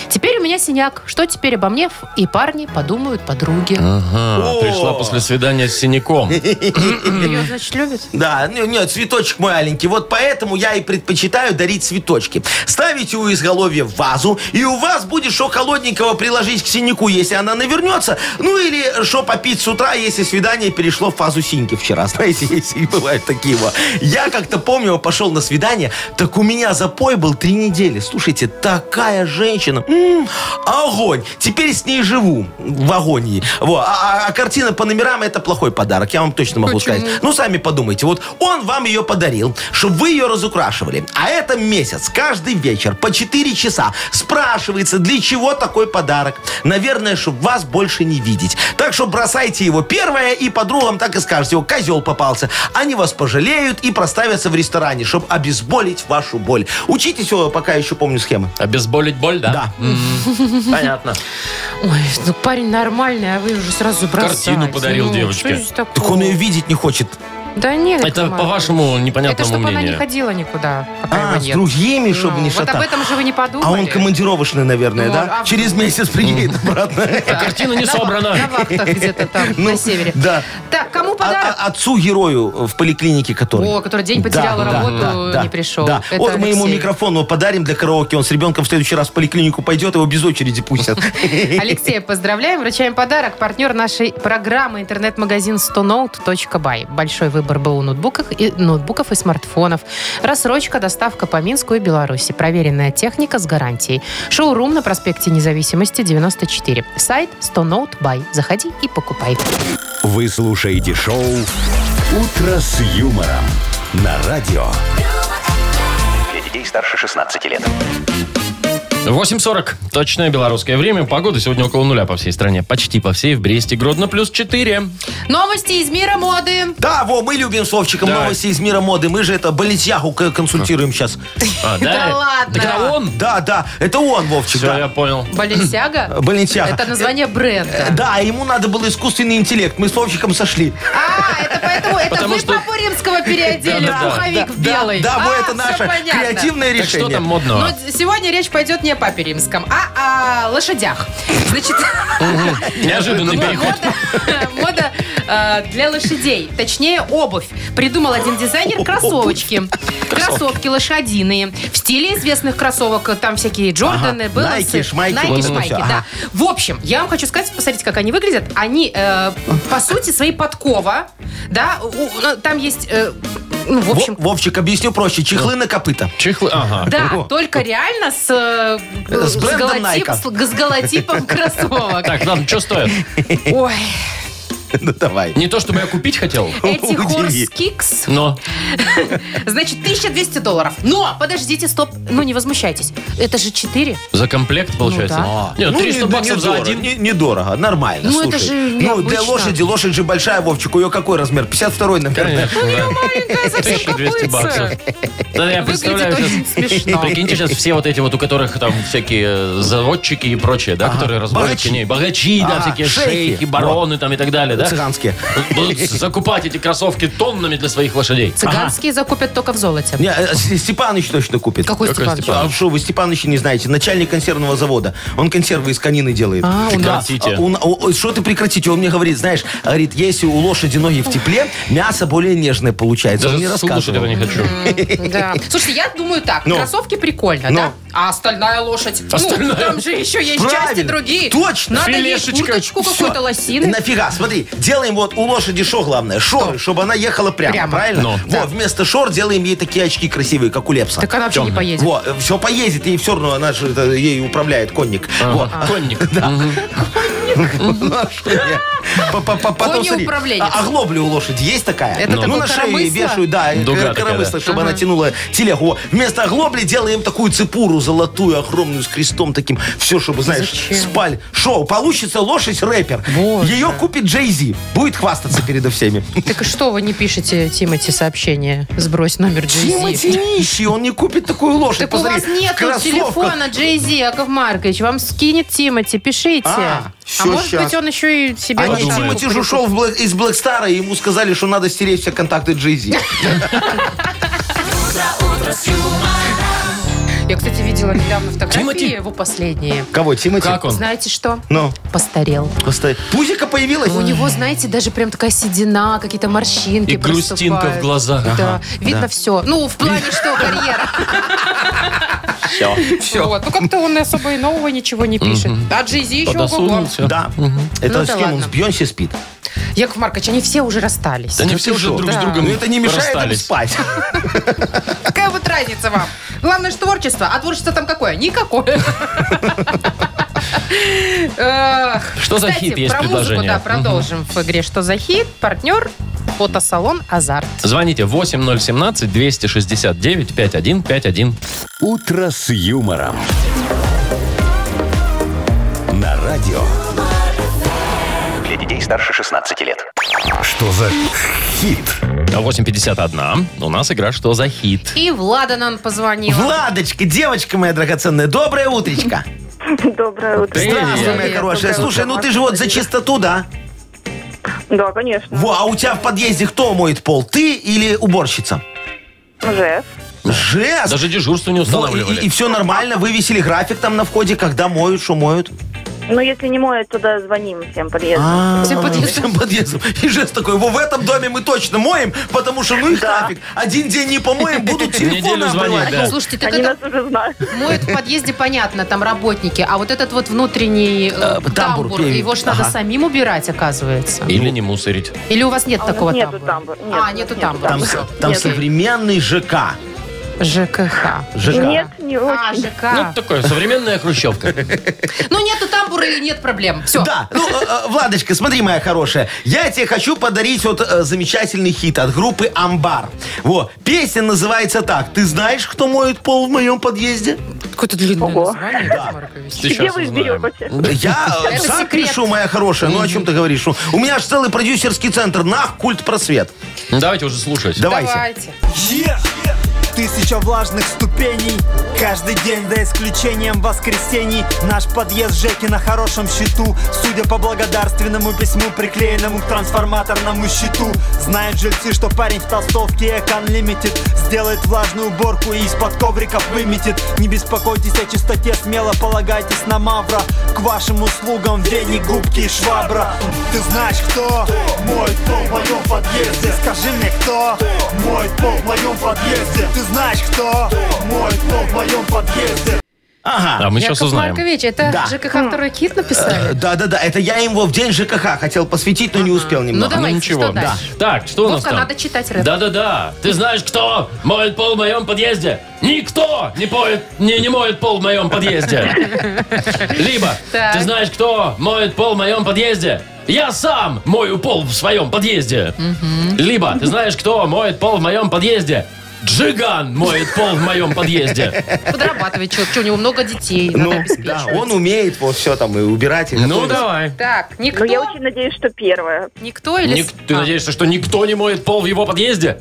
[SPEAKER 2] Теперь у меня синяк. Что теперь обо мне? Ф- И парни подумают подруги.
[SPEAKER 4] Ага,
[SPEAKER 3] О! Э,
[SPEAKER 4] пришла после свидания с синяком.
[SPEAKER 2] Ее, значит, любит?
[SPEAKER 3] Да, не- нет, цветочек мой аленький. Вот поэтому я и предпочитаю дарить цветочки. Ставите у изголовья в вазу, и у вас будет что холодненького приложить к синяку, если она навернется. Ну или что попить с утра, если свидание перешло в фазу синьки вчера. Знаете, если и бывают такие вот. Я как-то помню, пошел на свидание, так у меня запой был три недели. Слушайте, такая женщина. М, огонь. Теперь с ней живу в агонии. Во, а, а- а картина по номерам это плохой подарок, я вам точно могу сказать. Ну, сами подумайте. Вот он вам ее подарил, чтобы вы ее разукрашивали. А это месяц, каждый вечер, по 4 часа. Спрашивается, для чего такой подарок? Наверное, чтобы вас больше не видеть. Так что бросайте его первое и подругам так и скажете, о, козел попался. Они вас пожалеют и проставятся в ресторане, чтобы обезболить вашу боль. Учитесь, о, пока еще помню схемы.
[SPEAKER 4] Обезболить А боль, да?
[SPEAKER 3] Да.
[SPEAKER 4] Понятно.
[SPEAKER 2] Ой, ну парень нормальный, а вы уже сразу бросаете.
[SPEAKER 4] Картину подарил
[SPEAKER 2] Ну,
[SPEAKER 4] девочке.
[SPEAKER 2] что здесь такого?
[SPEAKER 3] Так он ее видеть не хочет.
[SPEAKER 2] Да нет,
[SPEAKER 4] Это
[SPEAKER 2] Яков
[SPEAKER 4] по вашему
[SPEAKER 2] Это
[SPEAKER 4] непонятному
[SPEAKER 2] чтобы она не
[SPEAKER 4] мнению.
[SPEAKER 2] ходила никуда, пока
[SPEAKER 3] А,
[SPEAKER 2] его
[SPEAKER 3] с
[SPEAKER 2] нет.
[SPEAKER 3] другими, чтобы
[SPEAKER 2] Ну,
[SPEAKER 3] не
[SPEAKER 2] Вот об
[SPEAKER 3] шататься.
[SPEAKER 2] этом же вы не подумали.
[SPEAKER 3] А он командировочный, наверное,
[SPEAKER 2] Ну,
[SPEAKER 3] да?
[SPEAKER 2] а-
[SPEAKER 3] Через месяц приедет обратно.
[SPEAKER 4] А картина не
[SPEAKER 2] На ва-
[SPEAKER 4] собрана.
[SPEAKER 2] На вахтах где-то там,
[SPEAKER 3] Ну,
[SPEAKER 2] на севере.
[SPEAKER 3] Да.
[SPEAKER 2] Так, кому
[SPEAKER 3] А-
[SPEAKER 2] подарок?
[SPEAKER 3] а- Отцу герою э, в поликлинике, который.
[SPEAKER 2] О, который день потерял
[SPEAKER 3] Да, да,
[SPEAKER 2] работу,
[SPEAKER 3] да, да,
[SPEAKER 2] не пришел.
[SPEAKER 3] Да.
[SPEAKER 2] Это
[SPEAKER 3] Вот мы ему
[SPEAKER 2] Алексей.
[SPEAKER 3] микрофон его подарим для караоке. Он с ребенком в следующий раз в поликлинику пойдет, его без очереди пустят.
[SPEAKER 2] Алексея поздравляем, вручаем подарок. Партнер нашей программы интернет-магазин 100note.by. Большой выбор БУ ноутбуков и, ноутбуков и смартфонов. Рассрочка, доставка по Минску и Беларуси. Проверенная техника с гарантией. Шоурум на проспекте Независимости 94. Сайт 100note.by. Заходи и покупай.
[SPEAKER 1] Вы слушаете шоу «Утро с юмором» на радио.
[SPEAKER 5] Для детей старше 16 лет.
[SPEAKER 4] 8.40. Точное белорусское время. Погода сегодня около нуля по всей стране. Почти по всей. В Бресте, Гродно плюс 4.
[SPEAKER 2] Новости из мира моды.
[SPEAKER 3] Да, во, мы любим с Вовчиком
[SPEAKER 4] Да.
[SPEAKER 3] новости из мира моды. Мы же это Болитьягу к- консультируем сейчас.
[SPEAKER 4] А,
[SPEAKER 2] Да ладно.
[SPEAKER 4] Так это он?
[SPEAKER 3] Да, да, это он, Вовчик.
[SPEAKER 4] Все, я
[SPEAKER 3] да.
[SPEAKER 4] понял.
[SPEAKER 2] Баленсиага?
[SPEAKER 3] Balenciaga.
[SPEAKER 2] Это название бренда.
[SPEAKER 3] Э, Да, ему надо было искусственный интеллект. Мы с Вовчиком сошли.
[SPEAKER 2] А, это поэтому, это
[SPEAKER 4] Потому
[SPEAKER 2] вы
[SPEAKER 4] что-
[SPEAKER 2] папу римского переодели в
[SPEAKER 4] Да-да-да.
[SPEAKER 2] пуховик в
[SPEAKER 3] Да,
[SPEAKER 2] белый.
[SPEAKER 3] Да, вот
[SPEAKER 2] А,
[SPEAKER 3] это
[SPEAKER 2] всё
[SPEAKER 3] наше
[SPEAKER 2] понятно.
[SPEAKER 3] креативное
[SPEAKER 4] Так что
[SPEAKER 3] решение.
[SPEAKER 4] там модного?
[SPEAKER 2] Но сегодня речь пойдет не о папе римском, а о лошадях. Значит,
[SPEAKER 4] Неожиданный переход.
[SPEAKER 2] мода, мода, э, для лошадей, точнее обувь. Придумал один дизайнер кроссовочки. Кроссовки лошадиные. В стиле известных кроссовок, э, там всякие Джорданы,
[SPEAKER 3] Ага,
[SPEAKER 2] Беллансы.
[SPEAKER 3] Nike, шмайки,
[SPEAKER 2] Nike,
[SPEAKER 3] вот это
[SPEAKER 2] шмайки,
[SPEAKER 3] всё,
[SPEAKER 2] да.
[SPEAKER 3] ага.
[SPEAKER 2] В общем, я вам хочу сказать, посмотрите, как они выглядят. Они, э, по сути, свои подкова, да, у- ну, там есть, э, ну, в
[SPEAKER 3] Во-
[SPEAKER 2] общем,
[SPEAKER 3] Вовчик, объясню проще. Чехлы на копыта.
[SPEAKER 4] Чехлы, ага.
[SPEAKER 2] да, только реально с, э,
[SPEAKER 3] С брендом
[SPEAKER 2] голотип-
[SPEAKER 3] Nike.
[SPEAKER 2] с, с голотипом кроссовок.
[SPEAKER 4] Так, ладно, что стоит?
[SPEAKER 2] Ой,
[SPEAKER 3] Ну, давай.
[SPEAKER 4] Не то, чтобы я купить хотел,
[SPEAKER 2] эти
[SPEAKER 3] Удиви.
[SPEAKER 2] Horse Kicks
[SPEAKER 4] но...
[SPEAKER 2] Значит, 1200 долларов. Но, подождите, стоп. Ну, не возмущайтесь. Это же 4.
[SPEAKER 4] За комплект, получается?
[SPEAKER 2] да.
[SPEAKER 4] Нет,
[SPEAKER 3] Ну,
[SPEAKER 4] 300
[SPEAKER 3] не-
[SPEAKER 4] баксов за
[SPEAKER 3] недорого,
[SPEAKER 4] один.
[SPEAKER 3] не- Недорого, нормально,
[SPEAKER 2] Ну, это
[SPEAKER 3] слушай.
[SPEAKER 2] же
[SPEAKER 3] ну, для
[SPEAKER 2] необычно.
[SPEAKER 3] лошади, лошадь же большая, Вовчик. У нее какой размер? 52-й, наверное.
[SPEAKER 2] Ну,
[SPEAKER 4] Конечно, да. 1200 баксов. Да, я
[SPEAKER 2] Выглядит
[SPEAKER 4] представляю
[SPEAKER 2] очень
[SPEAKER 4] сейчас.
[SPEAKER 2] смешно.
[SPEAKER 4] Прикиньте, сейчас все вот эти вот, у которых там всякие э, заводчики и прочее, да, которые разводят
[SPEAKER 3] Богачи.
[SPEAKER 4] коней. Богачи, да,
[SPEAKER 3] А,
[SPEAKER 4] всякие
[SPEAKER 3] шейхи.
[SPEAKER 4] шейхи, бароны там и так далее, да?
[SPEAKER 3] Цыганские.
[SPEAKER 4] Будут закупать эти кроссовки тоннами для своих лошадей.
[SPEAKER 2] Цыганские закупят только в золоте.
[SPEAKER 3] Не, э, С- Степаныч точно купит.
[SPEAKER 2] Какой Степаныч?
[SPEAKER 3] А что вы Степаныча не знаете? Начальник консервного завода. Он консервы из конины делает.
[SPEAKER 2] А, у нас-
[SPEAKER 4] Прекратите.
[SPEAKER 3] А, он- о- о, Что ты прекратите? Он мне говорит, знаешь, говорит, если у лошади ноги в тепле, мясо более нежное получается.
[SPEAKER 4] Даже
[SPEAKER 3] он мне
[SPEAKER 4] слушать
[SPEAKER 3] рассказывал.
[SPEAKER 4] этого не хочу.
[SPEAKER 2] Да. Слушайте, я думаю так.
[SPEAKER 3] Ну.
[SPEAKER 2] Кроссовки прикольно,
[SPEAKER 3] Ну.
[SPEAKER 2] да? А остальная лошадь? Ну,
[SPEAKER 4] Остальная.
[SPEAKER 2] там же еще есть части
[SPEAKER 3] Правильно.
[SPEAKER 2] другие.
[SPEAKER 3] Точно.
[SPEAKER 2] Надо ей
[SPEAKER 4] Филешечка.
[SPEAKER 2] курточку
[SPEAKER 3] Всё.
[SPEAKER 2] какую-то лосины.
[SPEAKER 3] Нафига, смотри, делаем вот у лошади шо главное, шоры, чтобы она ехала прямо,
[SPEAKER 2] Прямо.
[SPEAKER 3] правильно?
[SPEAKER 4] Ну.
[SPEAKER 3] вот, вместо шор делаем ей такие очки красивые, как у Лепса.
[SPEAKER 2] Так она вообще не
[SPEAKER 4] Темная.
[SPEAKER 2] поедет.
[SPEAKER 3] Во, все поедет, ей все равно, она же это, ей управляет конник. Во.
[SPEAKER 4] Конник.
[SPEAKER 3] Ну, а что я? По- по- по- потом
[SPEAKER 2] Кони
[SPEAKER 3] смотри,
[SPEAKER 2] управленец.
[SPEAKER 3] А а глобля у лошади есть такая?
[SPEAKER 2] Это
[SPEAKER 3] ну,
[SPEAKER 2] такой
[SPEAKER 3] на шею ей
[SPEAKER 2] коромысло?
[SPEAKER 3] вешают, да, э,
[SPEAKER 4] Дуга
[SPEAKER 3] кор-
[SPEAKER 4] такая,
[SPEAKER 3] коромысло,
[SPEAKER 4] да.
[SPEAKER 3] чтобы она тянула телегу. Во, Вместо глобли делаем такую цепуру золотую, огромную, с крестом таким. Все, чтобы, знаешь, спаль. Шоу. Получится лошадь-рэпер.
[SPEAKER 2] Боже.
[SPEAKER 3] Ее купит Джей Зи. Будет хвастаться передо всеми.
[SPEAKER 2] Так что вы не пишете Тимати сообщение? Сбрось номер
[SPEAKER 3] Тимати
[SPEAKER 2] Джей-Зи.
[SPEAKER 3] нищий, он не купит такую лошадь.
[SPEAKER 2] Так у вас
[SPEAKER 3] Посмотри,
[SPEAKER 2] нет
[SPEAKER 3] в кроссовках.
[SPEAKER 2] телефона Джей-Зи, Яков Маркович. Вам скинет Тимати, пишите.
[SPEAKER 3] А,
[SPEAKER 2] А,
[SPEAKER 3] всё,
[SPEAKER 2] может
[SPEAKER 3] щас.
[SPEAKER 2] быть, он еще и себе
[SPEAKER 3] А
[SPEAKER 2] на
[SPEAKER 3] нет,
[SPEAKER 4] Подумаю.
[SPEAKER 2] шапку
[SPEAKER 3] Тимати же ушел в Блэк- из Блэк Стара, и ему сказали, что надо стереть все контакты Джей Зи.
[SPEAKER 2] прикрутит. Я, кстати, видела недавно фотографии
[SPEAKER 4] Тимати?
[SPEAKER 2] его последние.
[SPEAKER 3] Кого, Тимати?
[SPEAKER 4] Как он?
[SPEAKER 2] Знаете что?
[SPEAKER 3] Ну,
[SPEAKER 2] Постарел.
[SPEAKER 3] просто пузика появилась?
[SPEAKER 2] У него, знаете, даже прям такая седина, какие-то морщинки
[SPEAKER 4] И грустинка
[SPEAKER 2] проступают.
[SPEAKER 4] в глазах.
[SPEAKER 2] Да,
[SPEAKER 4] Ага,
[SPEAKER 2] видно все. Ну, в плане, что карьера.
[SPEAKER 3] Все.
[SPEAKER 2] Вот. Ну, как-то он особо и нового ничего не пишет. А Джейзи еще ого-го.
[SPEAKER 4] Подосунулся.
[SPEAKER 3] Да. Это
[SPEAKER 2] Ну
[SPEAKER 3] с
[SPEAKER 2] да
[SPEAKER 3] кем он
[SPEAKER 2] ладно.
[SPEAKER 3] с Бьонси спит?
[SPEAKER 2] Яков Маркович, они все уже расстались.
[SPEAKER 4] Да они
[SPEAKER 3] Ну
[SPEAKER 4] все
[SPEAKER 3] ты
[SPEAKER 4] уже
[SPEAKER 3] шо?
[SPEAKER 4] друг с
[SPEAKER 2] Да.
[SPEAKER 4] другом
[SPEAKER 3] Ну это не мешает им
[SPEAKER 4] расстались.
[SPEAKER 3] спать.
[SPEAKER 2] Какая вот разница вам? Главное, что творчество. А творчество там какое? Никакое. Эх.
[SPEAKER 4] Что за
[SPEAKER 2] Э, Кстати,
[SPEAKER 4] хит есть
[SPEAKER 2] про музыку,
[SPEAKER 4] предложение?
[SPEAKER 2] да,
[SPEAKER 4] Мгм.
[SPEAKER 2] продолжим в игре «Что за хит?» Партнер фотосалон «Азарт».
[SPEAKER 4] Звоните 8017-269-5151.
[SPEAKER 1] «Утро с юмором». На радио.
[SPEAKER 5] Для детей старше 16 лет.
[SPEAKER 1] Что за хит?
[SPEAKER 4] 8.51. У нас игра «Что за хит?».
[SPEAKER 2] И Влада нам позвонила.
[SPEAKER 3] Владочка, девочка моя драгоценная, доброе утречко.
[SPEAKER 6] Доброе утро.
[SPEAKER 3] Здравствуй, моя
[SPEAKER 2] Привет,
[SPEAKER 3] хорошая.
[SPEAKER 6] доброе
[SPEAKER 3] Слушай,
[SPEAKER 6] утро,
[SPEAKER 3] ну ты же вот за
[SPEAKER 6] Марк.
[SPEAKER 3] чистоту, да?
[SPEAKER 6] Да, конечно.
[SPEAKER 3] Во, а у тебя в подъезде кто моет пол? Ты или уборщица?
[SPEAKER 6] Жест.
[SPEAKER 3] Жест.
[SPEAKER 4] Даже дежурство не
[SPEAKER 3] Во, и-
[SPEAKER 4] устанавливали.
[SPEAKER 3] и, все нормально, вывесили график там на входе, когда моют, что моют.
[SPEAKER 6] Ну, если не моет, туда звоним всем
[SPEAKER 2] А.
[SPEAKER 6] подъездом.
[SPEAKER 2] Всем подъездом.
[SPEAKER 3] А, Всем подъездом. И жест такой, во, в этом доме мы точно моем, потому что, ну и график. Один день не помоем, будут телефоны
[SPEAKER 4] Неделю звонить,
[SPEAKER 3] обрывать.
[SPEAKER 4] да.
[SPEAKER 2] Слушайте, так
[SPEAKER 6] Они
[SPEAKER 2] это А
[SPEAKER 6] нас уже знают.
[SPEAKER 2] моют в подъезде, понятно, там работники, а вот этот вот внутренний э, тамбур,
[SPEAKER 3] тамбур, перед-
[SPEAKER 2] его ж надо
[SPEAKER 3] ага.
[SPEAKER 2] самим убирать, оказывается.
[SPEAKER 4] Или не мусорить.
[SPEAKER 2] Или у вас нет
[SPEAKER 6] А у нас
[SPEAKER 2] такого
[SPEAKER 6] нету
[SPEAKER 2] тамбура?
[SPEAKER 6] тамбура. Нет, у
[SPEAKER 2] а,
[SPEAKER 6] нас
[SPEAKER 2] нету
[SPEAKER 6] нету
[SPEAKER 2] тамбура.
[SPEAKER 3] Там,
[SPEAKER 2] Всё.
[SPEAKER 3] там
[SPEAKER 2] Окей.
[SPEAKER 3] современный ЖК.
[SPEAKER 2] ЖКХ.
[SPEAKER 3] ЖК.
[SPEAKER 6] Нет, не
[SPEAKER 2] А,
[SPEAKER 6] очень.
[SPEAKER 2] ЖК.
[SPEAKER 4] Ну, такое, современная хрущевка.
[SPEAKER 2] Ну, нету тамбура и нет проблем. Все.
[SPEAKER 3] Да, ну, э, э, Владочка, смотри, моя хорошая, я тебе хочу подарить вот э, замечательный хит от группы Амбар. Вот, песня называется так. Ты знаешь, кто моет пол в моем подъезде?
[SPEAKER 2] Какое-то длинное
[SPEAKER 6] Ого.
[SPEAKER 2] название, Яков Маркович.
[SPEAKER 4] Сейчас
[SPEAKER 6] вы
[SPEAKER 4] узнаем.
[SPEAKER 6] берете?
[SPEAKER 3] Я э,
[SPEAKER 2] Это
[SPEAKER 3] сам
[SPEAKER 2] секрет.
[SPEAKER 3] пишу, моя хорошая. Ну, о чем ты говоришь? Ну, У меня аж целый продюсерский центр. Нах, культ просвет.
[SPEAKER 4] Ну, Давайте уже слушать.
[SPEAKER 3] Давайте.
[SPEAKER 2] Давайте.
[SPEAKER 7] Тысяча влажных ступеней Каждый день, за исключением воскресений Наш подъезд Жеки на хорошем счету Судя по благодарственному письму, приклеенному к трансформаторному щиту Знают жильцы, что парень в толстовке Экон Лимитед Сделает влажную уборку и из-под ковриков выметит Не беспокойтесь о чистоте, смело полагайтесь на Мавра К вашим услугам веник, губки и швабра Ты знаешь, кто моет пол в моем подъезде? Скажи мне, кто моет пол в моем подъезде? Ты знаешь, кто моет пол в моем подъезде?
[SPEAKER 3] Ага.
[SPEAKER 4] А мы
[SPEAKER 2] Яков
[SPEAKER 4] сейчас узнаем.
[SPEAKER 2] Маркович, это
[SPEAKER 3] Да.
[SPEAKER 6] Хм.
[SPEAKER 2] ЖКХ второй хит написали?
[SPEAKER 3] Да-да-да, это я его в день ЖКХ хотел посвятить, но не успел
[SPEAKER 2] Ну,
[SPEAKER 3] немного.
[SPEAKER 2] давайте,
[SPEAKER 4] ничего.
[SPEAKER 2] что дальше?
[SPEAKER 4] Так, что у нас
[SPEAKER 2] Вовка,
[SPEAKER 4] там?
[SPEAKER 2] надо читать рэп.
[SPEAKER 4] Да-да-да. Ты знаешь, кто моет пол в моем подъезде? Никто не, поет, не, не моет пол в моем подъезде. Либо
[SPEAKER 2] Так.
[SPEAKER 4] ты знаешь, кто моет пол в моем подъезде? Я сам мою пол в своем подъезде. Либо ты знаешь, кто моет пол в моем подъезде? Джиган моет пол в моем подъезде.
[SPEAKER 2] Подрабатывает человек. Что, у него много детей, надо
[SPEAKER 3] Ну,
[SPEAKER 2] обеспечивать.
[SPEAKER 3] да, он умеет вот все там и убирать. и
[SPEAKER 4] Ну
[SPEAKER 3] готовить.
[SPEAKER 4] давай.
[SPEAKER 2] Так,
[SPEAKER 6] Но Ну, я
[SPEAKER 2] никто?
[SPEAKER 6] очень надеюсь, что первое.
[SPEAKER 2] Никто или...
[SPEAKER 4] Ник- ты
[SPEAKER 2] А,
[SPEAKER 4] надеешься, что никто не моет пол в его подъезде?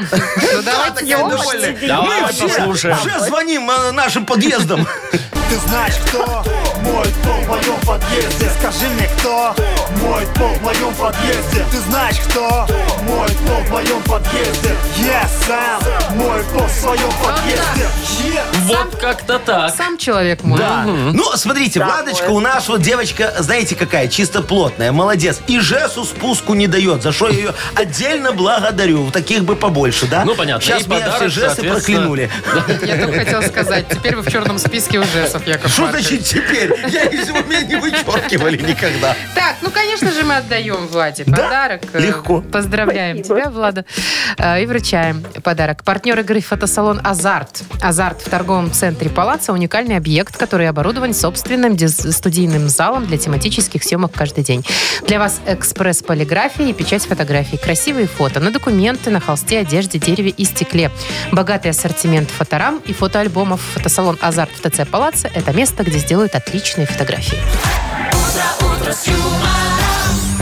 [SPEAKER 2] Ну, давайте
[SPEAKER 3] такая
[SPEAKER 2] я
[SPEAKER 3] довольная.
[SPEAKER 2] очень-
[SPEAKER 4] Давай
[SPEAKER 3] Все,
[SPEAKER 4] послушаем.
[SPEAKER 3] Сейчас звоним э, нашим подъездам.
[SPEAKER 7] Ты знаешь, кто моет пол в моем подъезде? Скажи мне, кто моет пол в моем подъезде? Ты знаешь, кто моет пол в моем подъезде? Я сам мою пол в своем подъезде. Я
[SPEAKER 4] Вот как-то так.
[SPEAKER 2] Сам человек мой.
[SPEAKER 3] Да. Ну, смотрите,
[SPEAKER 6] Да,
[SPEAKER 3] Владочка
[SPEAKER 6] вот.
[SPEAKER 3] у нас вот девочка, знаете какая, чисто плотная, молодец. И Жесу спуску не дает, за что я ее отдельно благодарю. Таких бы побольше, да?
[SPEAKER 4] Ну, понятно.
[SPEAKER 3] Сейчас
[SPEAKER 4] И
[SPEAKER 3] меня
[SPEAKER 4] подарок,
[SPEAKER 3] все Жесы
[SPEAKER 4] соответственно.
[SPEAKER 3] проклянули.
[SPEAKER 2] Я только хотела сказать, теперь вы в черном списке у Жесов, Яков
[SPEAKER 3] Что
[SPEAKER 2] Маркович.
[SPEAKER 3] значит теперь? Я из его меня не вычеркивали никогда.
[SPEAKER 2] Так, ну, конечно же, мы отдаем Владе подарок. Э,
[SPEAKER 3] легко.
[SPEAKER 2] Поздравляем
[SPEAKER 6] Спасибо.
[SPEAKER 2] тебя, Влада. Э, И вручаем подарок. Партнер игры фотосалон «Азарт». «Азарт» в торговом центре «Палаца» – уникальный объект, который оборудован собственным диз- студийным залом для тематических съемок каждый день. Для вас экспресс-полиграфия и печать фотографий, красивые фото на документы, на холсте, одежде, дереве и стекле. Богатый ассортимент фоторам и фотоальбомов. Фотосалон «Азарт» в ТЦ «Палаца» – это место, где сделают отличные фотографии.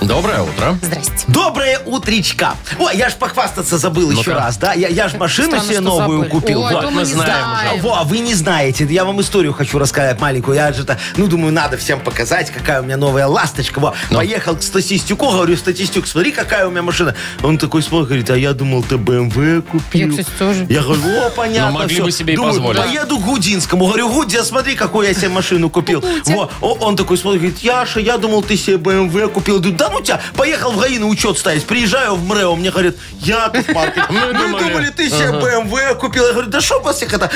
[SPEAKER 4] Доброе утро.
[SPEAKER 2] Здрасте.
[SPEAKER 3] Доброе утречка. О, я ж похвастаться забыл
[SPEAKER 4] Ну
[SPEAKER 3] еще
[SPEAKER 4] да.
[SPEAKER 3] раз, да? Я, я ж машину
[SPEAKER 2] Странно,
[SPEAKER 3] себе
[SPEAKER 2] что
[SPEAKER 3] новую
[SPEAKER 2] забыли.
[SPEAKER 3] купил.
[SPEAKER 2] Ой,
[SPEAKER 3] Вот.
[SPEAKER 2] то
[SPEAKER 4] мы
[SPEAKER 2] не
[SPEAKER 4] знаем
[SPEAKER 3] А,
[SPEAKER 2] знаем.
[SPEAKER 3] Во, а вы не знаете. Я вам историю хочу рассказать маленькую. Я же это, ну, думаю, надо всем показать, какая у меня новая ласточка. Во,
[SPEAKER 4] Ну.
[SPEAKER 3] поехал к статистюку, говорю, статистюк, смотри, какая у меня машина. Он такой смотрит, говорит, а я думал, ты BMW купил.
[SPEAKER 2] Я, кстати, тоже.
[SPEAKER 3] Я говорю, о, понятно.
[SPEAKER 4] Ну, могли
[SPEAKER 3] всё».
[SPEAKER 4] бы себе и
[SPEAKER 3] Думаю,
[SPEAKER 4] позволить.
[SPEAKER 3] поеду к Гудинскому. Говорю, Гудя, смотри, какую я себе машину купил. Во, о- он такой смотрит, говорит, Яша, я думал, ты себе BMW купил. Я Говорю, да ну тебя, поехал в ГАИ на учет ставить. Приезжаю в МРЭО, мне говорят, Яков Маркович,
[SPEAKER 4] Мы
[SPEAKER 3] мы
[SPEAKER 4] думали».
[SPEAKER 3] думали, ты себе BMW купил. Я говорю, да что вас всех это?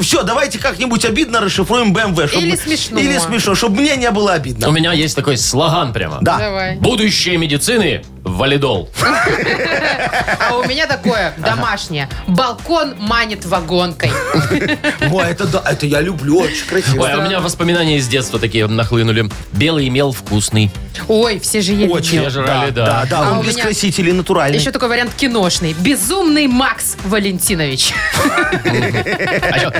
[SPEAKER 3] Все, давайте как-нибудь обидно расшифруем BMW. чтоб-
[SPEAKER 2] Или смешно.
[SPEAKER 3] Или смешно, чтобы мне не было обидно.
[SPEAKER 4] У меня есть такой слоган прямо.
[SPEAKER 3] Да.
[SPEAKER 2] Давай.
[SPEAKER 4] Будущее медицины – валидол.
[SPEAKER 2] А у меня такое домашнее. Балкон манит вагонкой.
[SPEAKER 3] Во, это да, это я люблю, очень
[SPEAKER 4] Ой, а
[SPEAKER 3] красиво.
[SPEAKER 4] у меня воспоминания из детства такие нахлынули. Белый мел вкусный.
[SPEAKER 2] Ой, все же ели.
[SPEAKER 3] Очень.
[SPEAKER 4] Я жрали,
[SPEAKER 3] Да,
[SPEAKER 4] да.
[SPEAKER 3] да,
[SPEAKER 2] А
[SPEAKER 3] он
[SPEAKER 2] у
[SPEAKER 3] без
[SPEAKER 2] меня-
[SPEAKER 3] красителей натуральный.
[SPEAKER 2] Еще такой вариант киношный. Безумный Макс Валентинович.
[SPEAKER 4] А чё?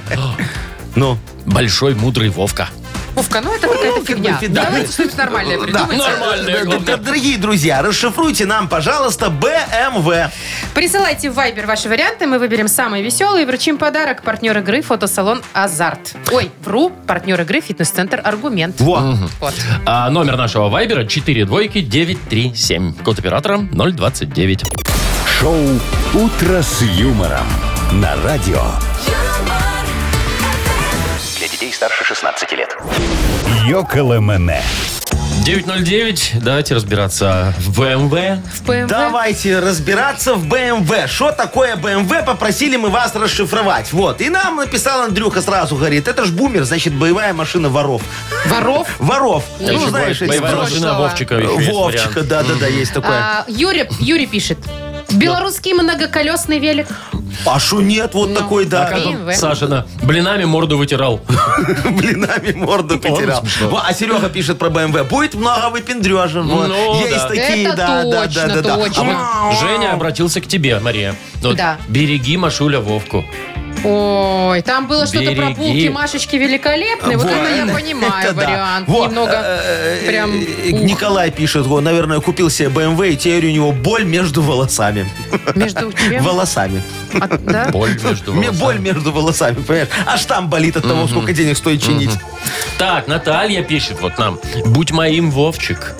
[SPEAKER 3] Ну.
[SPEAKER 4] Большой мудрый Вовка.
[SPEAKER 2] Вовка, ну это какая-то
[SPEAKER 3] как бы
[SPEAKER 2] фигня.
[SPEAKER 3] фигня.
[SPEAKER 2] Давайте что-нибудь нормальное придумайте.
[SPEAKER 4] Нормальное,
[SPEAKER 3] Да, да,
[SPEAKER 4] главное.
[SPEAKER 3] Дорогие друзья, расшифруйте нам, пожалуйста, БМВ.
[SPEAKER 2] Присылайте в Viber ваши варианты, мы выберем самый веселый и вручим подарок. Партнер игры фотосалон «Азарт». Ой, вру, партнер игры фитнес-центр «Аргумент».
[SPEAKER 3] Во.
[SPEAKER 2] Вот.
[SPEAKER 4] А номер нашего вайбера 4 двойки 937. Код оператора 029.
[SPEAKER 1] Шоу «Утро с юмором» на радио.
[SPEAKER 5] Для детей старше 16 лет.
[SPEAKER 1] Йоколэмэне.
[SPEAKER 4] 909. Давайте разбираться в БМВ.
[SPEAKER 2] В ПМВ.
[SPEAKER 3] Давайте разбираться в БМВ. Что такое БМВ? Попросили мы вас расшифровать. Вот. И нам написал Андрюха сразу, говорит, это ж бумер, значит, боевая машина воров.
[SPEAKER 2] Воров.
[SPEAKER 3] Воров.
[SPEAKER 4] Еще
[SPEAKER 3] Ну, знаешь,
[SPEAKER 4] бывает
[SPEAKER 3] эти
[SPEAKER 4] боевая
[SPEAKER 3] воров.
[SPEAKER 4] машина
[SPEAKER 2] прошлого.
[SPEAKER 4] Вовчика. еще есть
[SPEAKER 3] Вовчика,
[SPEAKER 4] вариант.
[SPEAKER 3] да, да, да, есть такое.
[SPEAKER 2] А, Юрий, Юрий пишет. Белорусский многоколесный велик.
[SPEAKER 3] А шо нет,
[SPEAKER 2] ну,
[SPEAKER 3] вот такой,
[SPEAKER 4] А как
[SPEAKER 3] да.
[SPEAKER 4] он,
[SPEAKER 2] BMW.
[SPEAKER 4] Сашина блинами морду вытирал.
[SPEAKER 3] Блинами морду потерял.
[SPEAKER 4] Ну, смешно.
[SPEAKER 3] Во, А Серега пишет про БМВ. Будет много выпендрежа. Вот.
[SPEAKER 4] Ну, да.
[SPEAKER 3] Есть такие,
[SPEAKER 2] Это
[SPEAKER 3] да, да,
[SPEAKER 2] точно,
[SPEAKER 3] да, да, да.
[SPEAKER 2] точно.
[SPEAKER 3] А вот
[SPEAKER 4] Женя обратился к тебе, Мария. Вот,
[SPEAKER 2] Да.
[SPEAKER 4] Береги Машуля Вовку.
[SPEAKER 2] Ой, там было что-то про
[SPEAKER 4] Береги.
[SPEAKER 2] булки Машечки великолепные. Вот,
[SPEAKER 3] А, Вот.
[SPEAKER 2] это я понимаю
[SPEAKER 3] Это да.
[SPEAKER 2] вариант.
[SPEAKER 3] Во,
[SPEAKER 2] Немного
[SPEAKER 3] э,
[SPEAKER 2] прям
[SPEAKER 3] э,
[SPEAKER 2] ух.
[SPEAKER 3] Николай пишет, он, наверное, купил себе BMW, и теперь у него боль между волосами.
[SPEAKER 2] между чем?
[SPEAKER 3] Волосами.
[SPEAKER 2] А, да?
[SPEAKER 4] Боль между
[SPEAKER 3] Мне
[SPEAKER 4] волосами.
[SPEAKER 3] боль между волосами, понимаешь? Аж там болит от того, сколько денег стоит чинить.
[SPEAKER 4] Так, Наталья пишет вот нам. Будь моим Вовчик.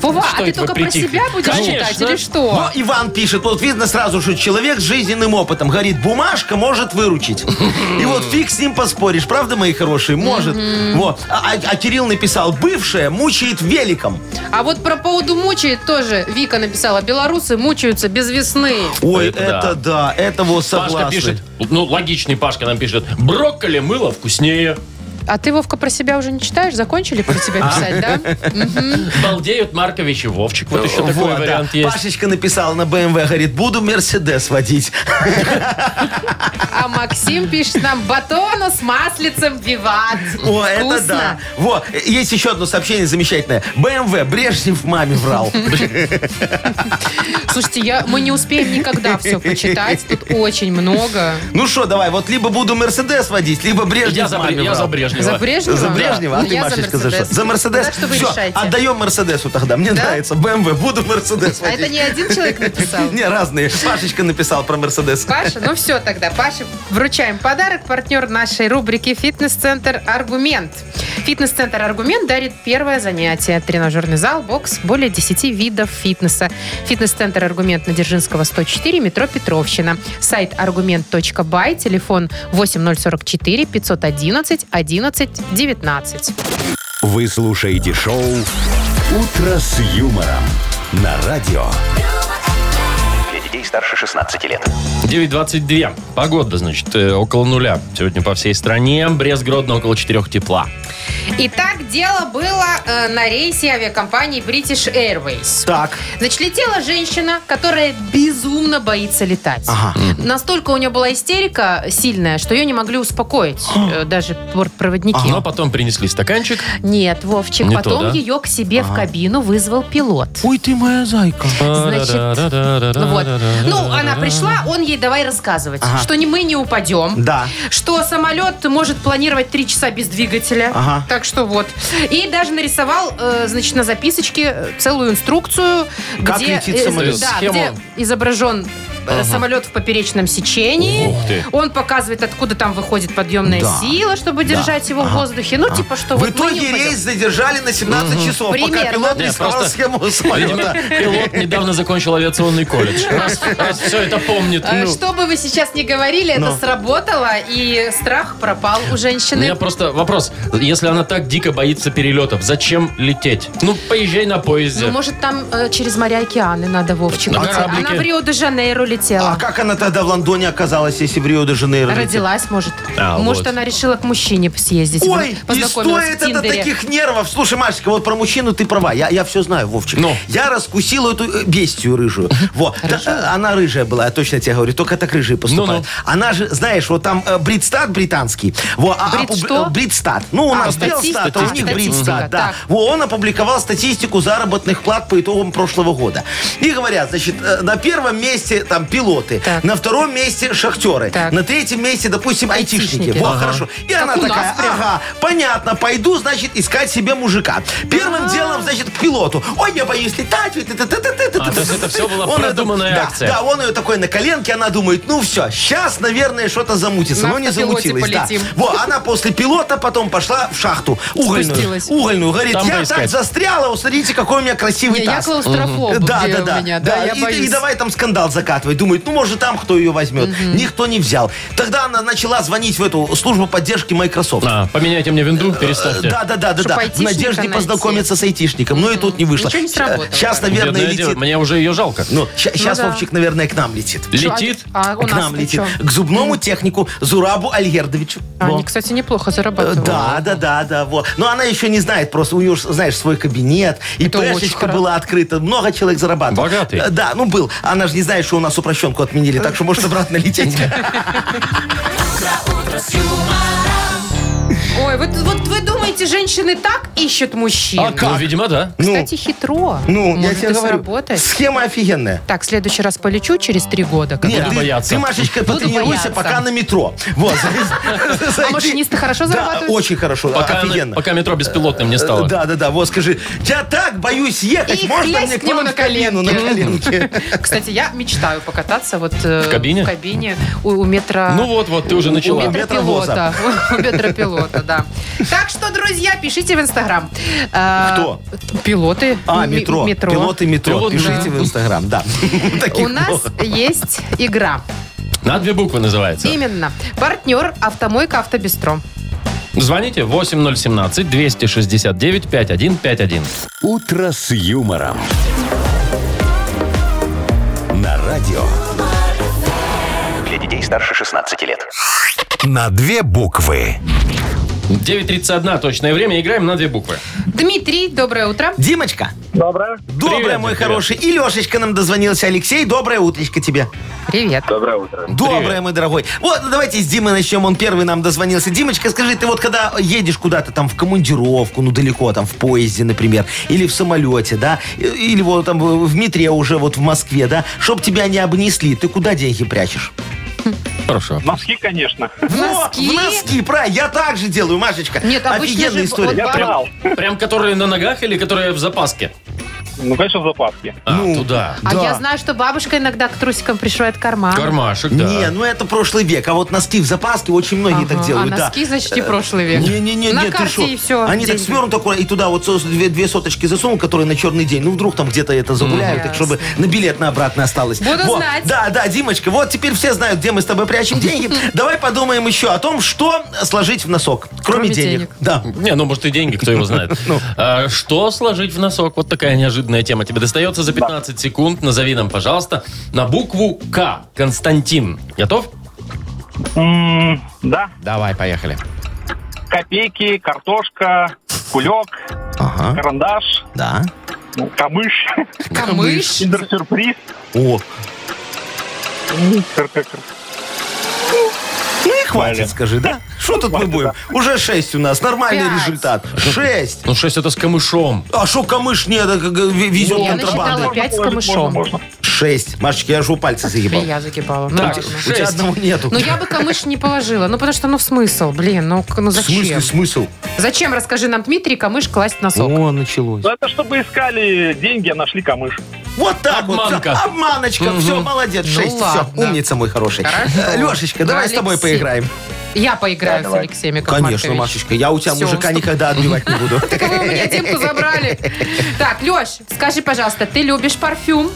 [SPEAKER 2] Вова,
[SPEAKER 4] Что
[SPEAKER 2] а ты
[SPEAKER 4] это вы
[SPEAKER 2] только про
[SPEAKER 4] притихли?
[SPEAKER 2] себя будешь
[SPEAKER 4] Конечно.
[SPEAKER 2] читать или
[SPEAKER 3] Но
[SPEAKER 2] что?
[SPEAKER 3] Иван пишет, вот видно сразу, что человек с жизненным опытом. Говорит, бумажка может выручить. И вот фиг с ним поспоришь. Правда, мои хорошие? Может. Вот. А, а- а Кирилл написал, бывшая мучает великом.
[SPEAKER 2] А вот про поводу мучает тоже Вика написала. Белорусы мучаются без весны.
[SPEAKER 3] Ой,
[SPEAKER 4] Это да.
[SPEAKER 3] это, да. это вот согласны.
[SPEAKER 4] Пашка пишет, ну, логичный Пашка нам пишет, брокколи мыло вкуснее,
[SPEAKER 2] А ты, Вовка, про себя уже не читаешь? Закончили про
[SPEAKER 4] А.
[SPEAKER 2] тебя писать, да? Мгм.
[SPEAKER 4] балдеют Маркович и Вовчик. Вот еще такой
[SPEAKER 3] Э, Вот, да.
[SPEAKER 4] вариант есть.
[SPEAKER 3] Пашечка написала на БМВ, говорит, буду Мерседес водить.
[SPEAKER 2] А А Максим пишет нам батону с маслицем виват.
[SPEAKER 3] О, это
[SPEAKER 2] Вкусно.
[SPEAKER 3] да. Вот, есть еще одно сообщение замечательное. БМВ Брежнев маме врал.
[SPEAKER 2] Слушайте, я, мы не успеем никогда все почитать. Тут очень много.
[SPEAKER 3] Ну что, давай, вот либо буду Мерседес водить, либо
[SPEAKER 4] Я
[SPEAKER 3] Брежнев
[SPEAKER 4] за,
[SPEAKER 3] маме
[SPEAKER 4] Бре- я за
[SPEAKER 3] врал.
[SPEAKER 4] Брежнева.
[SPEAKER 2] За Брежнева?
[SPEAKER 3] За Брежнева, а
[SPEAKER 2] Да.
[SPEAKER 3] ты,
[SPEAKER 2] Я
[SPEAKER 3] Машечка, за что?
[SPEAKER 2] Мерседес.
[SPEAKER 3] За Мерседес?
[SPEAKER 2] Так что вы
[SPEAKER 3] Всё,
[SPEAKER 2] решаете.
[SPEAKER 3] отдаем Мерседесу тогда. Мне
[SPEAKER 2] Да?
[SPEAKER 3] нравится. БМВ, буду Мерседес
[SPEAKER 2] А это
[SPEAKER 3] водить.
[SPEAKER 2] не один человек написал?
[SPEAKER 3] Не, разные. Машечка написал про Мерседес.
[SPEAKER 2] Паша, ну все тогда. Паше вручаем подарок. Партнер нашей рубрики «Фитнес-центр Аргумент». Фитнес-центр «Аргумент» дарит первое занятие. Тренажерный зал, бокс, более 10 видов фитнеса. Фитнес-центр «Аргумент» на Дзержинского, 104, метро Петровщина. Сайт argument.by, телефон 8044 511 11 19.
[SPEAKER 1] Вы слушаете шоу «Утро с юмором» на радио.
[SPEAKER 5] Для детей старше 16 лет.
[SPEAKER 4] 9.22. Погода, значит, э, около нуля. Сегодня по всей стране. Брест, Гродно около 4 тепла.
[SPEAKER 2] Итак, дело было э, на рейсе авиакомпании British Airways.
[SPEAKER 3] Так.
[SPEAKER 2] Значит, летела женщина, которая безумно боится летать. Настолько у нее была истерика сильная, что ее не могли успокоить э, даже бортпроводники.
[SPEAKER 4] Но потом принесли стаканчик.
[SPEAKER 2] Нет, Вовчик,
[SPEAKER 4] Не то,
[SPEAKER 2] потом
[SPEAKER 4] да?
[SPEAKER 2] ее к себе в кабину вызвал пилот.
[SPEAKER 3] Ой, ты моя зайка.
[SPEAKER 2] Значит, Ну вот. Ну, она пришла, он ей давай рассказывать,
[SPEAKER 3] Ага.
[SPEAKER 2] что не мы не упадем.
[SPEAKER 3] Да.
[SPEAKER 2] Что самолет может планировать три часа без двигателя.
[SPEAKER 3] Ага.
[SPEAKER 2] Так что вот. И даже нарисовал, э, значит, на записочке э, целую инструкцию,
[SPEAKER 3] Как
[SPEAKER 2] где,
[SPEAKER 3] летит
[SPEAKER 2] э,
[SPEAKER 3] самолет.
[SPEAKER 2] да,
[SPEAKER 4] Схему.
[SPEAKER 2] где изображен э, самолет в поперечном сечении.
[SPEAKER 4] Ух ты.
[SPEAKER 2] Он показывает, откуда там выходит подъемная
[SPEAKER 3] Да.
[SPEAKER 2] сила, чтобы держать его в воздухе. Ну, типа, что
[SPEAKER 3] В
[SPEAKER 2] вот мы не
[SPEAKER 3] итоге
[SPEAKER 2] упадем.
[SPEAKER 3] рейс задержали на 17 часов,
[SPEAKER 2] Примерно.
[SPEAKER 3] пока пилот
[SPEAKER 4] Не,
[SPEAKER 3] не сказал
[SPEAKER 4] просто-
[SPEAKER 3] схему
[SPEAKER 4] Видимо,
[SPEAKER 3] самолета.
[SPEAKER 4] пилот недавно закончил авиационный колледж. Раз, раз все это помнит.
[SPEAKER 2] Э,
[SPEAKER 4] ну.
[SPEAKER 2] Что бы вы сейчас ни говорили,
[SPEAKER 3] Ну.
[SPEAKER 2] это сработало, и страх пропал у
[SPEAKER 4] У
[SPEAKER 2] женщины.
[SPEAKER 4] меня просто вопрос. Если она так дико боится перелетов, зачем лететь? Ну, поезжай на поезде.
[SPEAKER 2] Ну, может, там э, через моря и океаны надо, Вовчик.
[SPEAKER 4] На
[SPEAKER 2] идти.
[SPEAKER 4] кораблике.
[SPEAKER 2] Она в Рио-де-Жанейро летела.
[SPEAKER 3] А как она тогда в Лондоне оказалась, если в Рио-де-Жанейро? летит?
[SPEAKER 2] Родилась, может.
[SPEAKER 4] А,
[SPEAKER 2] может,
[SPEAKER 4] вот.
[SPEAKER 2] она решила к мужчине съездить.
[SPEAKER 3] Ой, не
[SPEAKER 2] познакомилась
[SPEAKER 3] стоит
[SPEAKER 2] в
[SPEAKER 3] это
[SPEAKER 2] Тиндере.
[SPEAKER 3] таких нервов. Слушай, Машечка, вот про мужчину ты права. Я, я все знаю, Вовчик.
[SPEAKER 4] Ну.
[SPEAKER 3] Я раскусил эту э, бестию рыжую. Вот. Да, э, Она рыжая была, я точно тебе говорю. Только так рыжие поступают. Она же, знаешь, вот там э, Бритстат британский. Во, а- а
[SPEAKER 2] Брит
[SPEAKER 3] публи-
[SPEAKER 2] что?
[SPEAKER 3] э, Бритстат. Ну, у
[SPEAKER 2] А,
[SPEAKER 3] нас
[SPEAKER 2] статистика,
[SPEAKER 3] Белстат, а у них
[SPEAKER 2] статистика,
[SPEAKER 3] Бритстат, да.
[SPEAKER 2] так.
[SPEAKER 3] Во, он опубликовал статистику заработных плат по итогам прошлого года. И говорят, значит, э, на первом месте там пилоты,
[SPEAKER 2] Так.
[SPEAKER 3] на втором месте шахтеры,
[SPEAKER 2] Так.
[SPEAKER 3] на третьем месте, допустим, айтишники.
[SPEAKER 2] Айтишники.
[SPEAKER 3] Во,
[SPEAKER 2] Ага.
[SPEAKER 3] хорошо. И
[SPEAKER 2] Как
[SPEAKER 3] она
[SPEAKER 2] у нас
[SPEAKER 3] такая,
[SPEAKER 2] прям.
[SPEAKER 3] ага, понятно, пойду, значит, искать себе мужика. Первым
[SPEAKER 2] А.
[SPEAKER 3] делом, значит, к пилоту. Ой, я боюсь летать. вот это-та-та-та-та-та.
[SPEAKER 4] А, то есть это всё была
[SPEAKER 3] Он её-
[SPEAKER 4] продуманная
[SPEAKER 3] да,
[SPEAKER 4] акция.
[SPEAKER 3] Да, он ее такой на коленке, она думает, ну все, сейчас, наверное, что-то замутится.
[SPEAKER 2] На
[SPEAKER 3] Но не
[SPEAKER 2] автопилоте
[SPEAKER 3] замутилось, да.
[SPEAKER 2] полетим.
[SPEAKER 3] Во, она после пилота потом пошла в шахту. Угольную.
[SPEAKER 2] Спустилась.
[SPEAKER 3] Угольную. Говорит,
[SPEAKER 4] Там
[SPEAKER 3] я
[SPEAKER 4] поискать.
[SPEAKER 3] так застряла, вот смотрите, какой у меня красивый
[SPEAKER 2] Не, я
[SPEAKER 3] таз.
[SPEAKER 2] клаустрофоб,
[SPEAKER 3] Да,
[SPEAKER 2] где
[SPEAKER 3] да,
[SPEAKER 2] у
[SPEAKER 3] да.
[SPEAKER 2] меня, да, я
[SPEAKER 3] и,
[SPEAKER 2] боюсь.
[SPEAKER 3] и давай там скандал закатывать. Думает, ну, может, там кто ее возьмет. Никто не взял. Тогда она начала звонить в эту службу поддержки Microsoft.
[SPEAKER 4] А, поменяйте мне винду, переставьте.
[SPEAKER 3] Да, да, да, да,
[SPEAKER 2] Чтоб
[SPEAKER 3] да. В
[SPEAKER 2] айтишника
[SPEAKER 3] надежде
[SPEAKER 2] найти.
[SPEAKER 3] познакомиться с айтишником. Ну и тут не вышло.
[SPEAKER 2] Ничего не сработало.
[SPEAKER 3] Сейчас,
[SPEAKER 4] Бедная
[SPEAKER 3] наверное,
[SPEAKER 4] дева,
[SPEAKER 3] летит.
[SPEAKER 4] Мне уже ее жалко.
[SPEAKER 3] Ну, сейчас
[SPEAKER 2] Ну да.
[SPEAKER 3] Вовчик, наверное, к нам летит.
[SPEAKER 4] Летит.
[SPEAKER 2] А, у
[SPEAKER 3] к
[SPEAKER 2] нас
[SPEAKER 3] нам
[SPEAKER 2] ты
[SPEAKER 3] летит.
[SPEAKER 2] чё? А,
[SPEAKER 3] К зубному технику Зурабу Альгердовичу. Во.
[SPEAKER 2] Они, кстати, неплохо
[SPEAKER 3] Э,
[SPEAKER 2] зарабатывают.
[SPEAKER 3] Да, да, да, да, вот. Но она еще не знает, просто у нее, ж, знаешь, свой кабинет, и
[SPEAKER 2] Это очень
[SPEAKER 3] пешечка
[SPEAKER 2] хорошо.
[SPEAKER 3] была открыта, много человек зарабатывал.
[SPEAKER 4] Богатый.
[SPEAKER 3] Э, Да, ну был. Она же не знает, что у нас упрощенку отменили, так что может обратно лететь.
[SPEAKER 2] Ой, вот, вот вы думаете, женщины так ищут мужчин?
[SPEAKER 4] А как? Ну, видимо, да.
[SPEAKER 2] Кстати, хитро.
[SPEAKER 3] Ну, я
[SPEAKER 2] Может,
[SPEAKER 3] тебе
[SPEAKER 2] и
[SPEAKER 3] говорю,
[SPEAKER 2] сработает.
[SPEAKER 3] схема офигенная.
[SPEAKER 2] Так, в следующий раз полечу через три года. как
[SPEAKER 3] Нет,
[SPEAKER 4] буду
[SPEAKER 3] ты,
[SPEAKER 4] бояться.
[SPEAKER 3] ты, Машечка,
[SPEAKER 2] Буду
[SPEAKER 3] потренируйся
[SPEAKER 2] бояться.
[SPEAKER 3] пока на метро. Вот.
[SPEAKER 2] А машинисты хорошо
[SPEAKER 3] Да,
[SPEAKER 2] зарабатывают?
[SPEAKER 3] очень хорошо,
[SPEAKER 4] Пока, она-
[SPEAKER 3] офигенно. Э,
[SPEAKER 4] пока метро беспилотным не стало.
[SPEAKER 3] Да, да, да, вот скажи, я так боюсь ехать,
[SPEAKER 2] И
[SPEAKER 3] можно
[SPEAKER 2] хлясь
[SPEAKER 3] мне
[SPEAKER 2] к нему
[SPEAKER 3] вам
[SPEAKER 2] на
[SPEAKER 3] в кабину,
[SPEAKER 2] коленке?
[SPEAKER 3] на коленке?
[SPEAKER 2] Кстати, я мечтаю покататься вот э, в
[SPEAKER 4] кабине?
[SPEAKER 2] кабине у, у метро...
[SPEAKER 4] Ну вот, вот, ты уже начала.
[SPEAKER 2] У метропилота. У метропилота, да. Так что, друзья, пишите в Инстаграм. Э,
[SPEAKER 3] Кто?
[SPEAKER 2] Пилоты.
[SPEAKER 3] А,
[SPEAKER 2] М-
[SPEAKER 3] метро.
[SPEAKER 2] Метро.
[SPEAKER 3] Пилоты метро.
[SPEAKER 4] Пилот,
[SPEAKER 3] Пишите
[SPEAKER 4] да.
[SPEAKER 3] в Инстаграм, да. Таких
[SPEAKER 2] У нас
[SPEAKER 3] много.
[SPEAKER 2] есть игра.
[SPEAKER 4] На две буквы называется.
[SPEAKER 2] Именно. Партнер «Автомойка Автобестро».
[SPEAKER 4] Звоните 8017-269-5151.
[SPEAKER 1] «Утро с юмором». На радио.
[SPEAKER 5] Для детей старше 16 лет.
[SPEAKER 1] На две буквы.
[SPEAKER 4] 9.31 точное время. Играем на две буквы.
[SPEAKER 2] Дмитрий, доброе утро.
[SPEAKER 3] Димочка,
[SPEAKER 8] Доброе.
[SPEAKER 3] доброе,
[SPEAKER 4] Привет,
[SPEAKER 3] мой
[SPEAKER 4] привет.
[SPEAKER 3] хороший. И Лешечка нам дозвонился. Алексей, доброе утречко тебе.
[SPEAKER 2] Привет.
[SPEAKER 8] Доброе утро.
[SPEAKER 3] Доброе, мой дорогой. Вот, ну, давайте с Димы начнем. Он первый нам дозвонился. Димочка, скажи, ты вот когда едешь куда-то там в командировку, ну далеко там, в поезде, например, или в самолете, да, и- или вот там э, в метре уже вот в Москве, да, чтоб тебя не обнесли, ты куда деньги прячешь?
[SPEAKER 4] Хорошо.
[SPEAKER 8] Носки, конечно.
[SPEAKER 2] В носки?
[SPEAKER 3] Во, в носки, правильно. Я так же делаю, Машечка.
[SPEAKER 2] Нет, обычно
[SPEAKER 3] Офигенная
[SPEAKER 2] же
[SPEAKER 3] история.
[SPEAKER 2] вот-
[SPEAKER 8] Я
[SPEAKER 2] Барб-
[SPEAKER 8] брал.
[SPEAKER 4] Прям которые на ногах или которые в запаске?
[SPEAKER 8] Ну, конечно, в запаске.
[SPEAKER 4] А,
[SPEAKER 3] Ну,
[SPEAKER 4] туда.
[SPEAKER 2] А
[SPEAKER 3] Да.
[SPEAKER 2] я знаю, что бабушка иногда к трусикам пришивает карман.
[SPEAKER 4] Кармашек, да.
[SPEAKER 3] а- Не, ну это прошлый век, а вот носки в запаске очень многие
[SPEAKER 2] Ага.
[SPEAKER 3] так делают,
[SPEAKER 2] а
[SPEAKER 3] да.
[SPEAKER 2] носки, значит, и прошлый век.
[SPEAKER 3] Не-не-не,
[SPEAKER 2] На
[SPEAKER 3] нет, ты
[SPEAKER 2] карте
[SPEAKER 3] шо?
[SPEAKER 2] и все.
[SPEAKER 3] Они так свернут аккуратно, и туда вот со- две, две соточки засунул, которые на черный день. Ну, вдруг там где-то это загуляют, так чтобы на билет на обратно осталось.
[SPEAKER 2] Буду
[SPEAKER 3] Вот.
[SPEAKER 2] знать.
[SPEAKER 3] Да, да, Димочка, вот теперь все знают, где мы с тобой прячем деньги. Давай подумаем еще о том, что сложить в носок,
[SPEAKER 2] Кроме
[SPEAKER 3] кроме, денег.
[SPEAKER 2] денег.
[SPEAKER 3] Да.
[SPEAKER 4] Не, ну может и деньги, кто его знает.
[SPEAKER 3] Ну.
[SPEAKER 4] А, Что сложить в носок? Вот такая неожиданная тема. Тебе достается за 15 секунд. Назови нам, пожалуйста, на букву К. Константин. Готов?
[SPEAKER 8] М, Да.
[SPEAKER 4] Давай, поехали.
[SPEAKER 8] Копейки, картошка, кулек,
[SPEAKER 3] Ага,
[SPEAKER 8] карандаш,
[SPEAKER 3] да.
[SPEAKER 8] камыш,
[SPEAKER 2] Камыш.
[SPEAKER 8] киндер-сюрприз.
[SPEAKER 3] О,
[SPEAKER 8] Кар-кар-кар.
[SPEAKER 3] ну и хватит, скажи, да? Что тут мы будем? Уже шесть у нас, нормальный
[SPEAKER 2] Пять.
[SPEAKER 3] результат. Шесть.
[SPEAKER 4] Ну что, это с камышом?
[SPEAKER 3] А что камыш не это, как, э, везет
[SPEAKER 2] Я
[SPEAKER 3] контрабандой?
[SPEAKER 2] насчитала пять с
[SPEAKER 8] Можно,
[SPEAKER 2] камышом.
[SPEAKER 8] можно.
[SPEAKER 3] Шесть. Машечка, я же у пальца
[SPEAKER 2] И
[SPEAKER 3] загибал.
[SPEAKER 2] я загибала. Ну,
[SPEAKER 4] Так,
[SPEAKER 2] ладно.
[SPEAKER 3] У тебя
[SPEAKER 4] шесть.
[SPEAKER 3] одного нету.
[SPEAKER 2] Ну, я бы камыш не положила. Ну, потому что, ну, в смысл, блин, ну, к- ну
[SPEAKER 3] В
[SPEAKER 2] зачем?
[SPEAKER 3] смысле, смысл?
[SPEAKER 2] Зачем, расскажи нам, Дмитрий, камыш класть в носок?
[SPEAKER 3] О, началось.
[SPEAKER 8] Ну, Это чтобы искали деньги, а нашли камыш.
[SPEAKER 3] Вот так
[SPEAKER 4] Обманка.
[SPEAKER 3] вот. Обманочка. Все, молодец.
[SPEAKER 2] Ну
[SPEAKER 3] Шесть.
[SPEAKER 2] ладно.
[SPEAKER 3] Все, умница мой хороший.
[SPEAKER 2] Хорошо.
[SPEAKER 3] Лешечка, давай
[SPEAKER 2] Алексей.
[SPEAKER 3] с тобой поиграем.
[SPEAKER 2] Я поиграю с Алексеем Яков
[SPEAKER 3] Конечно,
[SPEAKER 2] Маркович.
[SPEAKER 3] Машечка, я у тебя
[SPEAKER 2] Всё,
[SPEAKER 3] мужика
[SPEAKER 2] стоп.
[SPEAKER 3] никогда отбивать не буду.
[SPEAKER 2] Так вы у меня Димку забрали. Так, Леш, скажи, пожалуйста, ты любишь парфюм?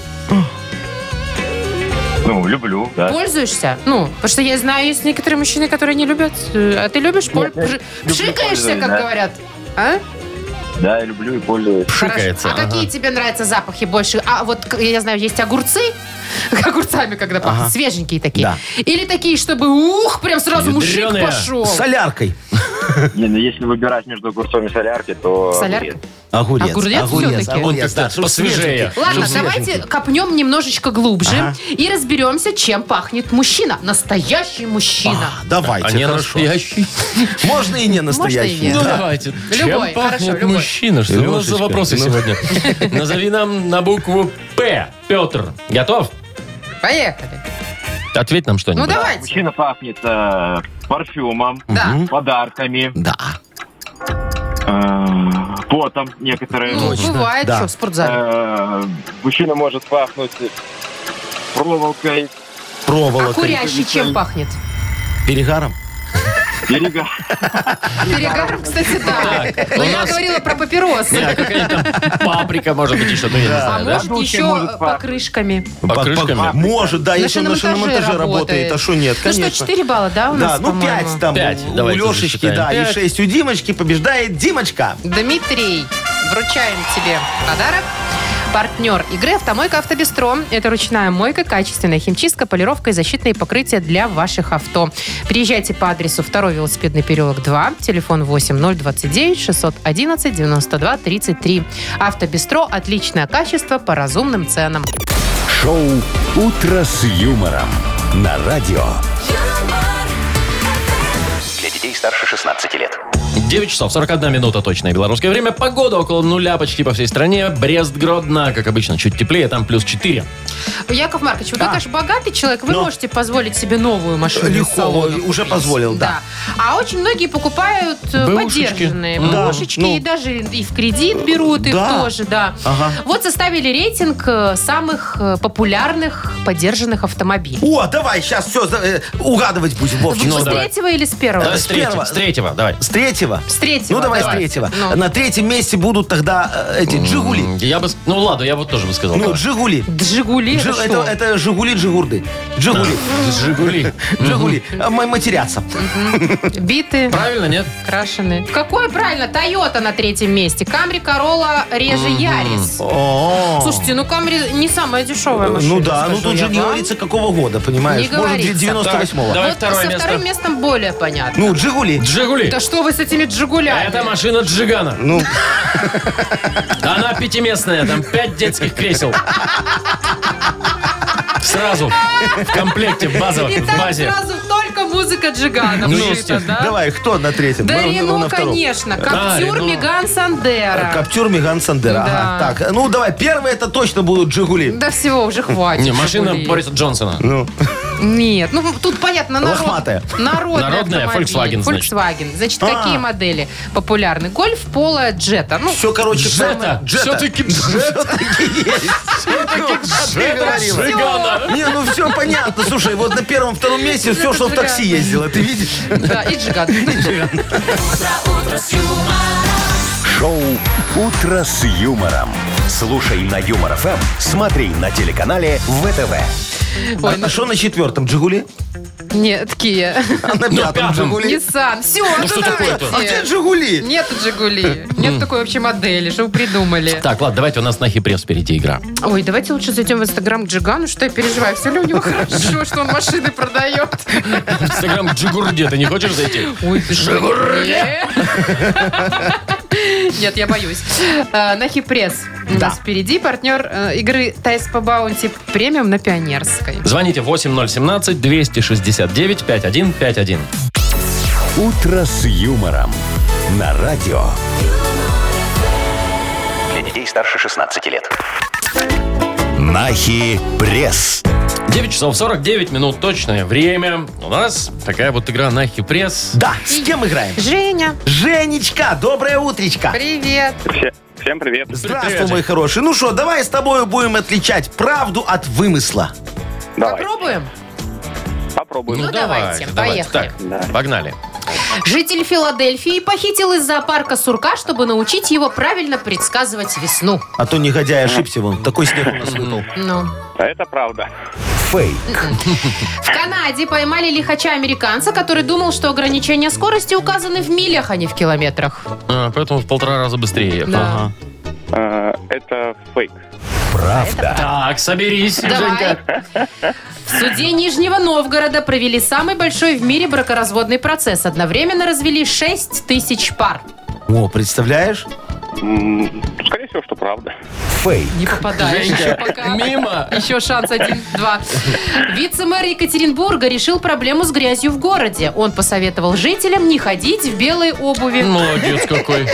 [SPEAKER 8] Ну, люблю, да.
[SPEAKER 2] Пользуешься? Ну, потому что я знаю, есть некоторые мужчины, которые не любят. э, А ты любишь? Поль...
[SPEAKER 8] я
[SPEAKER 2] пши-
[SPEAKER 8] люблю
[SPEAKER 2] Пшикаешься,
[SPEAKER 8] пользоваться,
[SPEAKER 2] как
[SPEAKER 8] да.
[SPEAKER 2] говорят? А?
[SPEAKER 8] Да, люблю и пользуюсь.
[SPEAKER 4] Пшикается.
[SPEAKER 2] Хорошо. А
[SPEAKER 4] ага.
[SPEAKER 2] какие тебе нравятся запахи больше? А вот, к- я знаю, есть огурцы, огурцами когда пахнет,
[SPEAKER 3] Ага.
[SPEAKER 2] свеженькие такие.
[SPEAKER 3] Да.
[SPEAKER 2] Или такие, чтобы, ух, прям сразу
[SPEAKER 4] Ядрёные.
[SPEAKER 2] мужик пошел.
[SPEAKER 3] С соляркой.
[SPEAKER 8] Не, ну если выбирать между огурцом и соляркой, то...
[SPEAKER 2] Солярка?
[SPEAKER 3] А Огурец.
[SPEAKER 2] Огурец
[SPEAKER 3] Огурец,
[SPEAKER 2] всё-таки?
[SPEAKER 4] Он так,
[SPEAKER 3] огурец,
[SPEAKER 4] да,
[SPEAKER 3] да, чтоб
[SPEAKER 4] посвежее.
[SPEAKER 3] свеженький.
[SPEAKER 2] Ладно,
[SPEAKER 3] Чтоб
[SPEAKER 2] давайте
[SPEAKER 3] свеженький.
[SPEAKER 2] копнем немножечко глубже
[SPEAKER 3] Ага.
[SPEAKER 2] и разберемся, чем пахнет мужчина. Настоящий мужчина.
[SPEAKER 3] А,
[SPEAKER 4] А
[SPEAKER 3] Давайте,
[SPEAKER 4] не
[SPEAKER 3] хорошо.
[SPEAKER 4] настоящий.
[SPEAKER 3] Можно и
[SPEAKER 2] Можно
[SPEAKER 3] не
[SPEAKER 2] и
[SPEAKER 3] настоящий.
[SPEAKER 2] не.
[SPEAKER 4] Ну,
[SPEAKER 3] да.
[SPEAKER 4] давайте.
[SPEAKER 2] Любой,
[SPEAKER 4] Чем
[SPEAKER 2] хорошо,
[SPEAKER 4] пахнет
[SPEAKER 2] любой.
[SPEAKER 4] мужчина? Что у нас за
[SPEAKER 3] Лешечка,
[SPEAKER 4] вопросы
[SPEAKER 3] ну.
[SPEAKER 4] сегодня? Назови нам на букву П. Петр. Готов?
[SPEAKER 2] Поехали.
[SPEAKER 4] Ответь нам что-нибудь.
[SPEAKER 2] Ну давайте.
[SPEAKER 8] Мужчина пахнет э, парфюмом,
[SPEAKER 2] Да.
[SPEAKER 8] подарками,
[SPEAKER 3] Да.
[SPEAKER 8] э, потом некоторые.
[SPEAKER 2] Ну, бывает,
[SPEAKER 3] да.
[SPEAKER 2] что в спортзале.
[SPEAKER 8] Э, мужчина может пахнуть проволокой,
[SPEAKER 2] А
[SPEAKER 3] Проволока.
[SPEAKER 2] курящий чем пахнет?
[SPEAKER 3] Перегаром.
[SPEAKER 8] берега.
[SPEAKER 2] А перегаром, кстати, да.
[SPEAKER 4] Так,
[SPEAKER 2] Но
[SPEAKER 4] у
[SPEAKER 2] я
[SPEAKER 4] нас-
[SPEAKER 2] говорила про папиросы.
[SPEAKER 4] Не, а какая-нибудь там паприка, может быть, еще. Ну, я не
[SPEAKER 3] Да.
[SPEAKER 2] А
[SPEAKER 4] знаю, да?
[SPEAKER 2] может
[SPEAKER 8] Дудки
[SPEAKER 2] еще
[SPEAKER 8] может пахнуть.
[SPEAKER 2] покрышками.
[SPEAKER 4] А Покрышками?
[SPEAKER 3] Может, да, если он на шиномонтаже работает, а что нет,
[SPEAKER 2] Ну что,
[SPEAKER 3] конечно.
[SPEAKER 2] 4 балла, да, у
[SPEAKER 3] Да,
[SPEAKER 2] нас,
[SPEAKER 3] ну
[SPEAKER 2] по-моему?
[SPEAKER 3] 5 там
[SPEAKER 4] Пять,
[SPEAKER 3] у
[SPEAKER 4] давайте
[SPEAKER 3] Лешечки,
[SPEAKER 4] засчитаем.
[SPEAKER 3] да, и
[SPEAKER 4] Пять.
[SPEAKER 3] 6 у Димочки побеждает Димочка.
[SPEAKER 2] Дмитрий, вручаем тебе подарок. Партнер игры «Автомойка Автобестро». Это ручная мойка, качественная химчистка, полировка и защитные покрытия для ваших авто. Приезжайте по адресу 2 велосипедный переулок 2, телефон 8029 611 92 33. «Автобестро» – отличное качество по разумным ценам.
[SPEAKER 1] Шоу «Утро с юмором» на радио.
[SPEAKER 5] Для детей старше 16 лет.
[SPEAKER 4] 9 часов 41 минута точное белорусское время. Погода около нуля почти по всей стране. Брест, Гродно, как обычно, чуть теплее, там плюс 4.
[SPEAKER 2] Яков Маркович, вы как аж богатый человек, вы
[SPEAKER 3] Ну.
[SPEAKER 2] можете позволить себе новую машину. из
[SPEAKER 3] Легко,
[SPEAKER 2] салона
[SPEAKER 3] уже
[SPEAKER 2] купить.
[SPEAKER 3] позволил, да.
[SPEAKER 2] А очень многие покупают э,
[SPEAKER 4] Бэушечки.
[SPEAKER 2] подержанные
[SPEAKER 3] Да,
[SPEAKER 2] бэушечки,
[SPEAKER 3] ну.
[SPEAKER 2] и даже и в кредит берут их
[SPEAKER 3] Да.
[SPEAKER 2] тоже, да.
[SPEAKER 3] Ага.
[SPEAKER 2] Вот составили рейтинг э, самых э, популярных подержанных автомобилей.
[SPEAKER 3] О, давай, сейчас все э, угадывать будем,
[SPEAKER 2] Вы
[SPEAKER 3] Вовчик. ну
[SPEAKER 2] с
[SPEAKER 4] давай.
[SPEAKER 2] третьего или с первого?
[SPEAKER 4] Давай с, третьего,
[SPEAKER 3] Э, первого.
[SPEAKER 4] с третьего, давай.
[SPEAKER 3] С третьего?
[SPEAKER 4] третьего.
[SPEAKER 2] С третьего.
[SPEAKER 3] Ну, давай с
[SPEAKER 2] да.
[SPEAKER 3] третьего.
[SPEAKER 2] Ну.
[SPEAKER 3] На третьем месте будут тогда э, эти
[SPEAKER 4] М,
[SPEAKER 3] «Джигули».
[SPEAKER 4] Я бы... с- Ну, ладно, я бы тоже бы сказал.
[SPEAKER 3] Ну,
[SPEAKER 4] да.
[SPEAKER 3] «Джигули».
[SPEAKER 2] Джигули,
[SPEAKER 3] Джи-
[SPEAKER 2] это
[SPEAKER 3] это,
[SPEAKER 2] что?
[SPEAKER 3] это «Жигули» «Джигурды». «Джигули».
[SPEAKER 4] «Жигули».
[SPEAKER 3] «Жигули». А, м- Матерятся.
[SPEAKER 2] Биты,
[SPEAKER 4] Правильно, нет?
[SPEAKER 2] крашеные. Какое правильно? Тойота на третьем месте. Камри, Корола, реже Ярис.
[SPEAKER 3] О.
[SPEAKER 2] Слушайте, ну Камри не самая дешевая машина.
[SPEAKER 3] Ну да, ну
[SPEAKER 2] скажу
[SPEAKER 3] тут
[SPEAKER 2] я
[SPEAKER 3] же не
[SPEAKER 2] вам.
[SPEAKER 3] говорится, какого года, понимаешь?
[SPEAKER 2] Не
[SPEAKER 3] Может,
[SPEAKER 2] говорится.
[SPEAKER 3] 98-го.
[SPEAKER 4] Давай
[SPEAKER 2] Вот
[SPEAKER 4] второе
[SPEAKER 2] со
[SPEAKER 4] место.
[SPEAKER 2] вторым местом более понятно.
[SPEAKER 3] Ну, «Джигули».
[SPEAKER 4] «Жигули».
[SPEAKER 2] Да что вы с этими джигулями?
[SPEAKER 4] Это машина Джигана.
[SPEAKER 3] Ну,
[SPEAKER 4] Она пятиместная, там пять детских кресел. Сразу. В комплекте, в базовом,
[SPEAKER 2] И
[SPEAKER 4] в
[SPEAKER 2] там
[SPEAKER 4] базе.
[SPEAKER 2] сразу только музыка джигана.
[SPEAKER 4] Ну,
[SPEAKER 2] вшита,
[SPEAKER 4] естественно.
[SPEAKER 2] да?
[SPEAKER 3] давай, кто на третьем?
[SPEAKER 2] Да
[SPEAKER 3] Мы- мы
[SPEAKER 2] Рено,
[SPEAKER 3] на втором. Э,
[SPEAKER 2] конечно. Каптюр,
[SPEAKER 4] Рено.
[SPEAKER 2] Меган, Сандера.
[SPEAKER 3] Каптюр Меган Сандера.
[SPEAKER 2] Да.
[SPEAKER 3] Ага, так, ну давай, первые это точно будут «Жигули».
[SPEAKER 2] Да всего уже хватит.
[SPEAKER 4] Не, машина
[SPEAKER 2] «Жигулей».
[SPEAKER 4] Бориса Джонсона.
[SPEAKER 2] Нет, ну тут понятно, народ,
[SPEAKER 3] Лохматая.
[SPEAKER 2] народный
[SPEAKER 4] Народная,
[SPEAKER 2] автомобиль.
[SPEAKER 4] Volkswagen, значит.
[SPEAKER 2] Volkswagen. Значит,
[SPEAKER 3] А.
[SPEAKER 2] какие модели популярны? Гольф, Пола, Джета. Ну,
[SPEAKER 3] Все, короче,
[SPEAKER 4] Джета.
[SPEAKER 3] самое- Джета.
[SPEAKER 4] Все-таки Джета.
[SPEAKER 3] Ты говорила.
[SPEAKER 4] Джигана.
[SPEAKER 3] Не, ну все понятно. Слушай, вот на первом-втором месте все, что в такси ездило, ты видишь?
[SPEAKER 2] да, и Джиган.
[SPEAKER 1] Шоу «Утро с юмором». Слушай на Юмор ФМ, смотри на телеканале ВТВ.
[SPEAKER 2] Ой,
[SPEAKER 3] А что на четвертом? Джигули?
[SPEAKER 2] ну, нет, Кия.
[SPEAKER 3] А на пятом
[SPEAKER 4] пятом.
[SPEAKER 3] Джигули?
[SPEAKER 2] Ниссан. Все,
[SPEAKER 4] Ну что такое-то?
[SPEAKER 3] А где Джигули?
[SPEAKER 2] Нет Джигули. Нет такой вообще модели. Что вы придумали?
[SPEAKER 4] Так, ладно, давайте у нас на хипресс впереди игра.
[SPEAKER 2] Ой, давайте лучше зайдем в Инстаграм к Джигану, что я переживаю. Все ли у него хорошо, что он машины продает?
[SPEAKER 4] В Инстаграм Джигурде, ты не хочешь зайти?
[SPEAKER 2] Ой, ты что? Нет, я боюсь. Э, На Пресс у нас впереди партнер э, игры Тайс по Баунти премиум на Пионерской.
[SPEAKER 4] Звоните 8017-269-5151.
[SPEAKER 1] «Утро с юмором» на радио.
[SPEAKER 5] Для детей старше 16 лет.
[SPEAKER 1] Нахи пресс.
[SPEAKER 4] 9 часов 49 минут точное время. У нас такая вот игра на хипресс.
[SPEAKER 3] Да, с кем играем?
[SPEAKER 2] Женя,
[SPEAKER 3] Женечка, доброе утречко.
[SPEAKER 2] привет.
[SPEAKER 8] Всем привет.
[SPEAKER 3] Здравствуй,
[SPEAKER 4] Привет.
[SPEAKER 3] мой хороший. Ну что, давай с тобой будем отличать правду от вымысла.
[SPEAKER 8] Давай,
[SPEAKER 2] Попробуем?
[SPEAKER 8] попробуем.
[SPEAKER 2] Ну, давайте, поехали.
[SPEAKER 4] Так, погнали.
[SPEAKER 2] Житель Филадельфии похитил из зоопарка сурка, чтобы научить его правильно предсказывать весну.
[SPEAKER 3] А то негодяй ошибся вон. Такой снег у нас выпал.
[SPEAKER 2] Ну.
[SPEAKER 8] А Это правда.
[SPEAKER 1] Фейк.
[SPEAKER 2] В Канаде поймали лихача американца, который думал, что ограничения скорости указаны в милях, а не в километрах.
[SPEAKER 4] А, поэтому в полтора раза быстрее. ехал.
[SPEAKER 2] Да.
[SPEAKER 8] Э, Это фейк.
[SPEAKER 4] Так, соберись,
[SPEAKER 2] Давай.
[SPEAKER 4] Женька.
[SPEAKER 2] В суде Нижнего Новгорода провели самый большой в мире бракоразводный процесс. Одновременно развели 6 тысяч пар.
[SPEAKER 3] О, представляешь?
[SPEAKER 8] М, Скорее всего, что правда.
[SPEAKER 2] Не попадаешь еще
[SPEAKER 4] Женька,
[SPEAKER 2] пока.
[SPEAKER 4] мимо.
[SPEAKER 2] Еще шанс один-два. Вице-мэр Екатеринбурга решил проблему с грязью в городе. Он посоветовал жителям не ходить в белой обуви.
[SPEAKER 4] Молодец какой.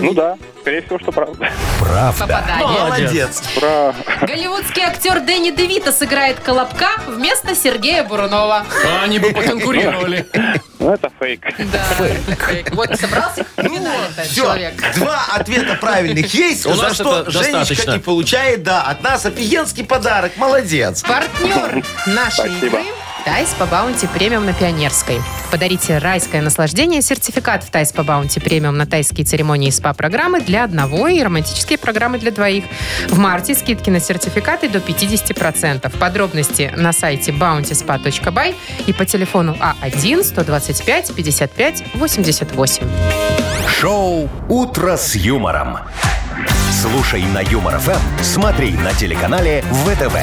[SPEAKER 8] Ну да, скорее всего, что правда.
[SPEAKER 2] Попадание.
[SPEAKER 3] Молодец.
[SPEAKER 8] Про...
[SPEAKER 4] Ну.
[SPEAKER 2] Голливудский актер Дэнни Девита сыграет Колобка вместо Сергея Бурунова.
[SPEAKER 4] А, Они бы поконкурировали.
[SPEAKER 8] Ну, это фейк.
[SPEAKER 2] Да. Вот собрался криминальный
[SPEAKER 3] Все,
[SPEAKER 2] человек.
[SPEAKER 3] два ответа правильных есть,
[SPEAKER 4] У
[SPEAKER 3] за
[SPEAKER 4] нас
[SPEAKER 3] что
[SPEAKER 4] это
[SPEAKER 3] Женечка
[SPEAKER 4] достаточно.
[SPEAKER 3] и получает, да, от нас офигенский подарок. Молодец.
[SPEAKER 2] Партнер нашей
[SPEAKER 8] Спасибо.
[SPEAKER 2] игры Тайс по Баунти Премиум на Пионерской. Подарите райское наслаждение, сертификат в Тайс по Баунти Премиум на тайские церемонии и СПА-программы для одного и романтические программы для двоих. В марте скидки на сертификаты до 50%. Подробности на сайте bountyspa.by и по телефону А А1-125-55-88.
[SPEAKER 1] Шоу «Утро с юмором». Слушай на Юмор ФМ, смотри на телеканале ВТВ.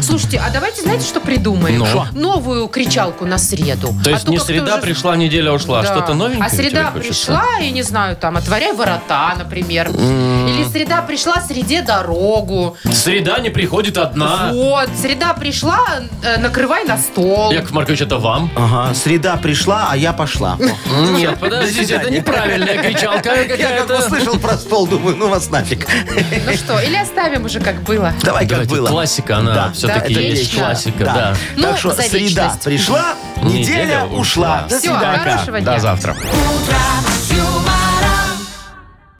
[SPEAKER 2] Слушайте, а давайте знаете, что придумаем?
[SPEAKER 4] Ну? Что?
[SPEAKER 2] Новую кричалку на среду.
[SPEAKER 4] То
[SPEAKER 2] А
[SPEAKER 4] есть не
[SPEAKER 2] как-то
[SPEAKER 4] среда
[SPEAKER 2] уже-
[SPEAKER 4] пришла, неделя ушла.
[SPEAKER 2] Да.
[SPEAKER 4] Что-то новенькое
[SPEAKER 2] А среда
[SPEAKER 4] тебе хочется?
[SPEAKER 2] пришла, и не знаю, там, отворяй ворота, например. Или среда пришла, среде дорогу.
[SPEAKER 4] Среда не приходит одна.
[SPEAKER 2] Вот, среда пришла, э, накрывай на стол.
[SPEAKER 4] Яков Маркович, это вам?
[SPEAKER 3] Ага, среда пришла, а я пошла. О.
[SPEAKER 4] Нет, подождите, это неправильная кричалка
[SPEAKER 3] Я как
[SPEAKER 4] какая-то.
[SPEAKER 3] услышал про стол, думаю, ну вас нафиг.
[SPEAKER 2] Ну что, или оставим уже, как было.
[SPEAKER 3] Давай как
[SPEAKER 4] Давайте,
[SPEAKER 3] было.
[SPEAKER 4] классика, она
[SPEAKER 3] Да,
[SPEAKER 4] все-таки
[SPEAKER 3] да,
[SPEAKER 4] есть
[SPEAKER 3] вечно.
[SPEAKER 4] классика, да.
[SPEAKER 2] Ну,
[SPEAKER 3] так что
[SPEAKER 2] за
[SPEAKER 3] среда
[SPEAKER 2] вечность.
[SPEAKER 3] пришла, неделя
[SPEAKER 4] Неделя ушла.
[SPEAKER 3] ушла. До
[SPEAKER 2] Все,
[SPEAKER 3] свидания.
[SPEAKER 2] хорошего дня.
[SPEAKER 4] До завтра.